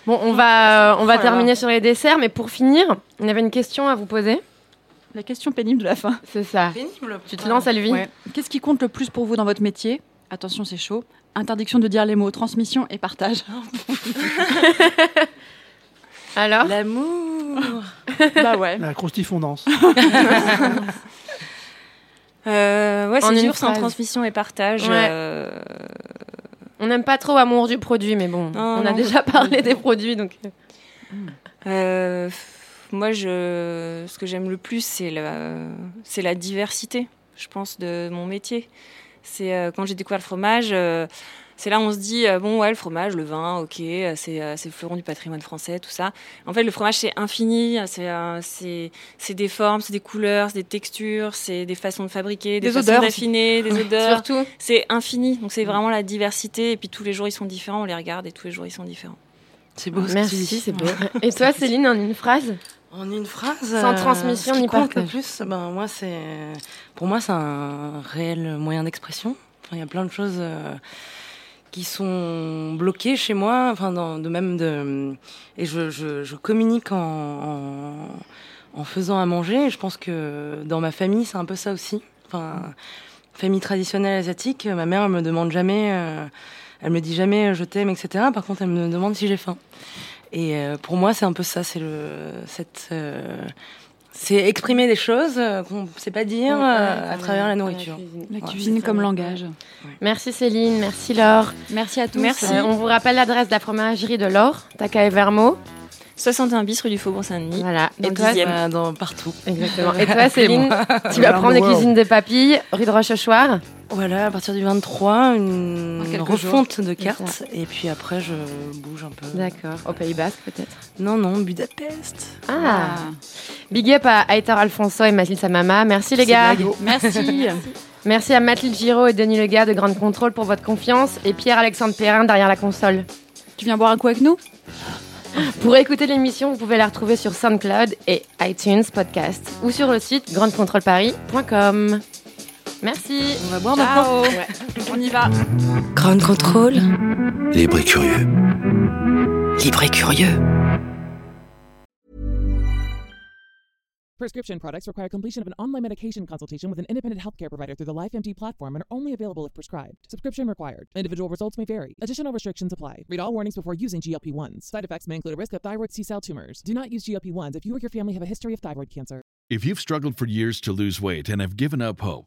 S4: Bon, on va, euh, on va
S6: Oh là là.
S4: terminer sur les desserts, mais pour finir, on avait une question à vous poser.
S5: La question pénible de la fin.
S4: C'est ça. Ah. Tu te lances, Elvie
S5: Ouais. Qu'est-ce qui compte le plus pour vous dans votre métier Attention, c'est chaud. Interdiction de dire les mots transmission et partage.
S4: Alors
S3: L'amour.
S5: bah ouais.
S9: La croustille fondance.
S6: Euh, ouais,
S4: En
S6: c'est
S4: une
S6: dur sans
S4: phrase.
S6: transmission et partage.
S4: Ouais.
S6: euh,
S4: On n'aime pas trop amour du produit, mais bon,
S6: Non,
S4: on a
S6: non,
S4: déjà
S6: on peut-
S4: parlé des produits, donc.
S6: Hmm. Euh, f- moi, je, ce que j'aime le plus, c'est la, c'est la diversité, je pense, de mon métier. C'est euh, quand j'ai découvert le fromage, euh, c'est là où on se dit euh, bon ouais le fromage, le vin, ok, euh, c'est euh, c'est le fleuron du patrimoine français, tout ça. En fait, le fromage c'est infini, c'est euh, c'est c'est des formes, c'est des couleurs, c'est des textures, c'est des façons de fabriquer, des,
S5: Des
S6: façons
S5: odeurs aussi.
S6: d'affiner, des
S5: Ouais, Hmm.
S6: odeurs.
S4: surtout.
S6: C'est infini, donc c'est vraiment la diversité. Et puis tous les jours ils sont différents, on les regarde et tous les jours ils sont différents.
S3: C'est beau. ce que tu
S4: Merci,
S3: dis.
S4: c'est beau. Et toi, Céline, en une phrase
S3: En une phrase.
S4: Sans
S3: euh,
S4: transmission
S3: ce qui
S4: ni
S3: compte
S4: partage.
S3: le plus, ben, moi, c'est, pour moi, c'est un réel moyen d'expression. Enfin, Il y a plein de choses euh, qui sont bloquées chez moi, enfin, dans- de même de, et je, je, je communique en, en, en faisant à manger. Et je pense que dans ma famille, c'est un peu ça aussi. Enfin, famille traditionnelle asiatique, ma mère, elle me demande jamais, euh, elle me dit jamais euh, je t'aime, etc. Par contre, elle me demande si j'ai faim. Et euh, pour moi, c'est un peu ça, c'est le, cette, euh, c'est exprimer des choses euh, qu'on ne sait pas dire
S4: Ouais,
S3: euh,
S4: par
S3: à
S4: la-
S3: travers la
S4: par la
S3: nourriture.
S4: cuisine.
S3: Voilà.
S5: comme langage.
S4: Merci Céline, merci Laure. Euh,
S5: Merci à tous.
S6: Merci.
S4: on vous rappelle l'adresse de la fromagerie de Laure, Taka et Vermo.
S6: 61 bis rue du Faubourg-Saint-Denis.
S4: Voilà.
S6: Dans
S4: et
S6: le
S4: toi,
S6: dixième.
S3: Bah, dans, partout.
S4: Exactement. Et toi, Céline, tu vas
S3: Around
S4: prendre
S3: the
S4: les
S3: world.
S4: cuisines des papilles, rue de Rochechouart.
S3: Voilà, à partir du 23, une
S4: Dans quelques
S3: refonte
S4: jours.
S3: de
S4: C'est
S3: cartes.
S4: ça.
S3: Et puis après, je bouge un peu.
S4: D'accord. Au Pays Basque, peut-être
S3: Non, non, Budapest.
S4: Ah. Big up à Aitor Alfonso et Mathilde Samama. Merci les
S3: C'est
S4: gars.
S3: dingue.
S5: Merci.
S4: Merci à Mathilde Giraud et Denis Lega de Grande Contrôle pour votre confiance et Pierre-Alexandre Perrin derrière la console.
S5: Tu viens boire un coup avec nous
S4: Pour écouter l'émission, vous pouvez la retrouver sur SoundCloud et iTunes Podcast ou sur le site grandecontrôleparis.com. Merci.
S3: On va boire
S4: maintenant.
S5: On y va.
S1: Grand contrôle.
S2: Libre et curieux.
S1: Libre et curieux.
S13: Prescription products require completion of an online medication consultation with an independent healthcare provider through the LifeMD platform and are only available if prescribed. Subscription required. Individual results may vary. Additional restrictions apply. Read all warnings before using GLP-1s. Side effects may include a risk of thyroid C-cell tumors. Do not use GLP-1s if you or your family have a history of thyroid cancer.
S14: If you've struggled for years to lose weight and have given up hope,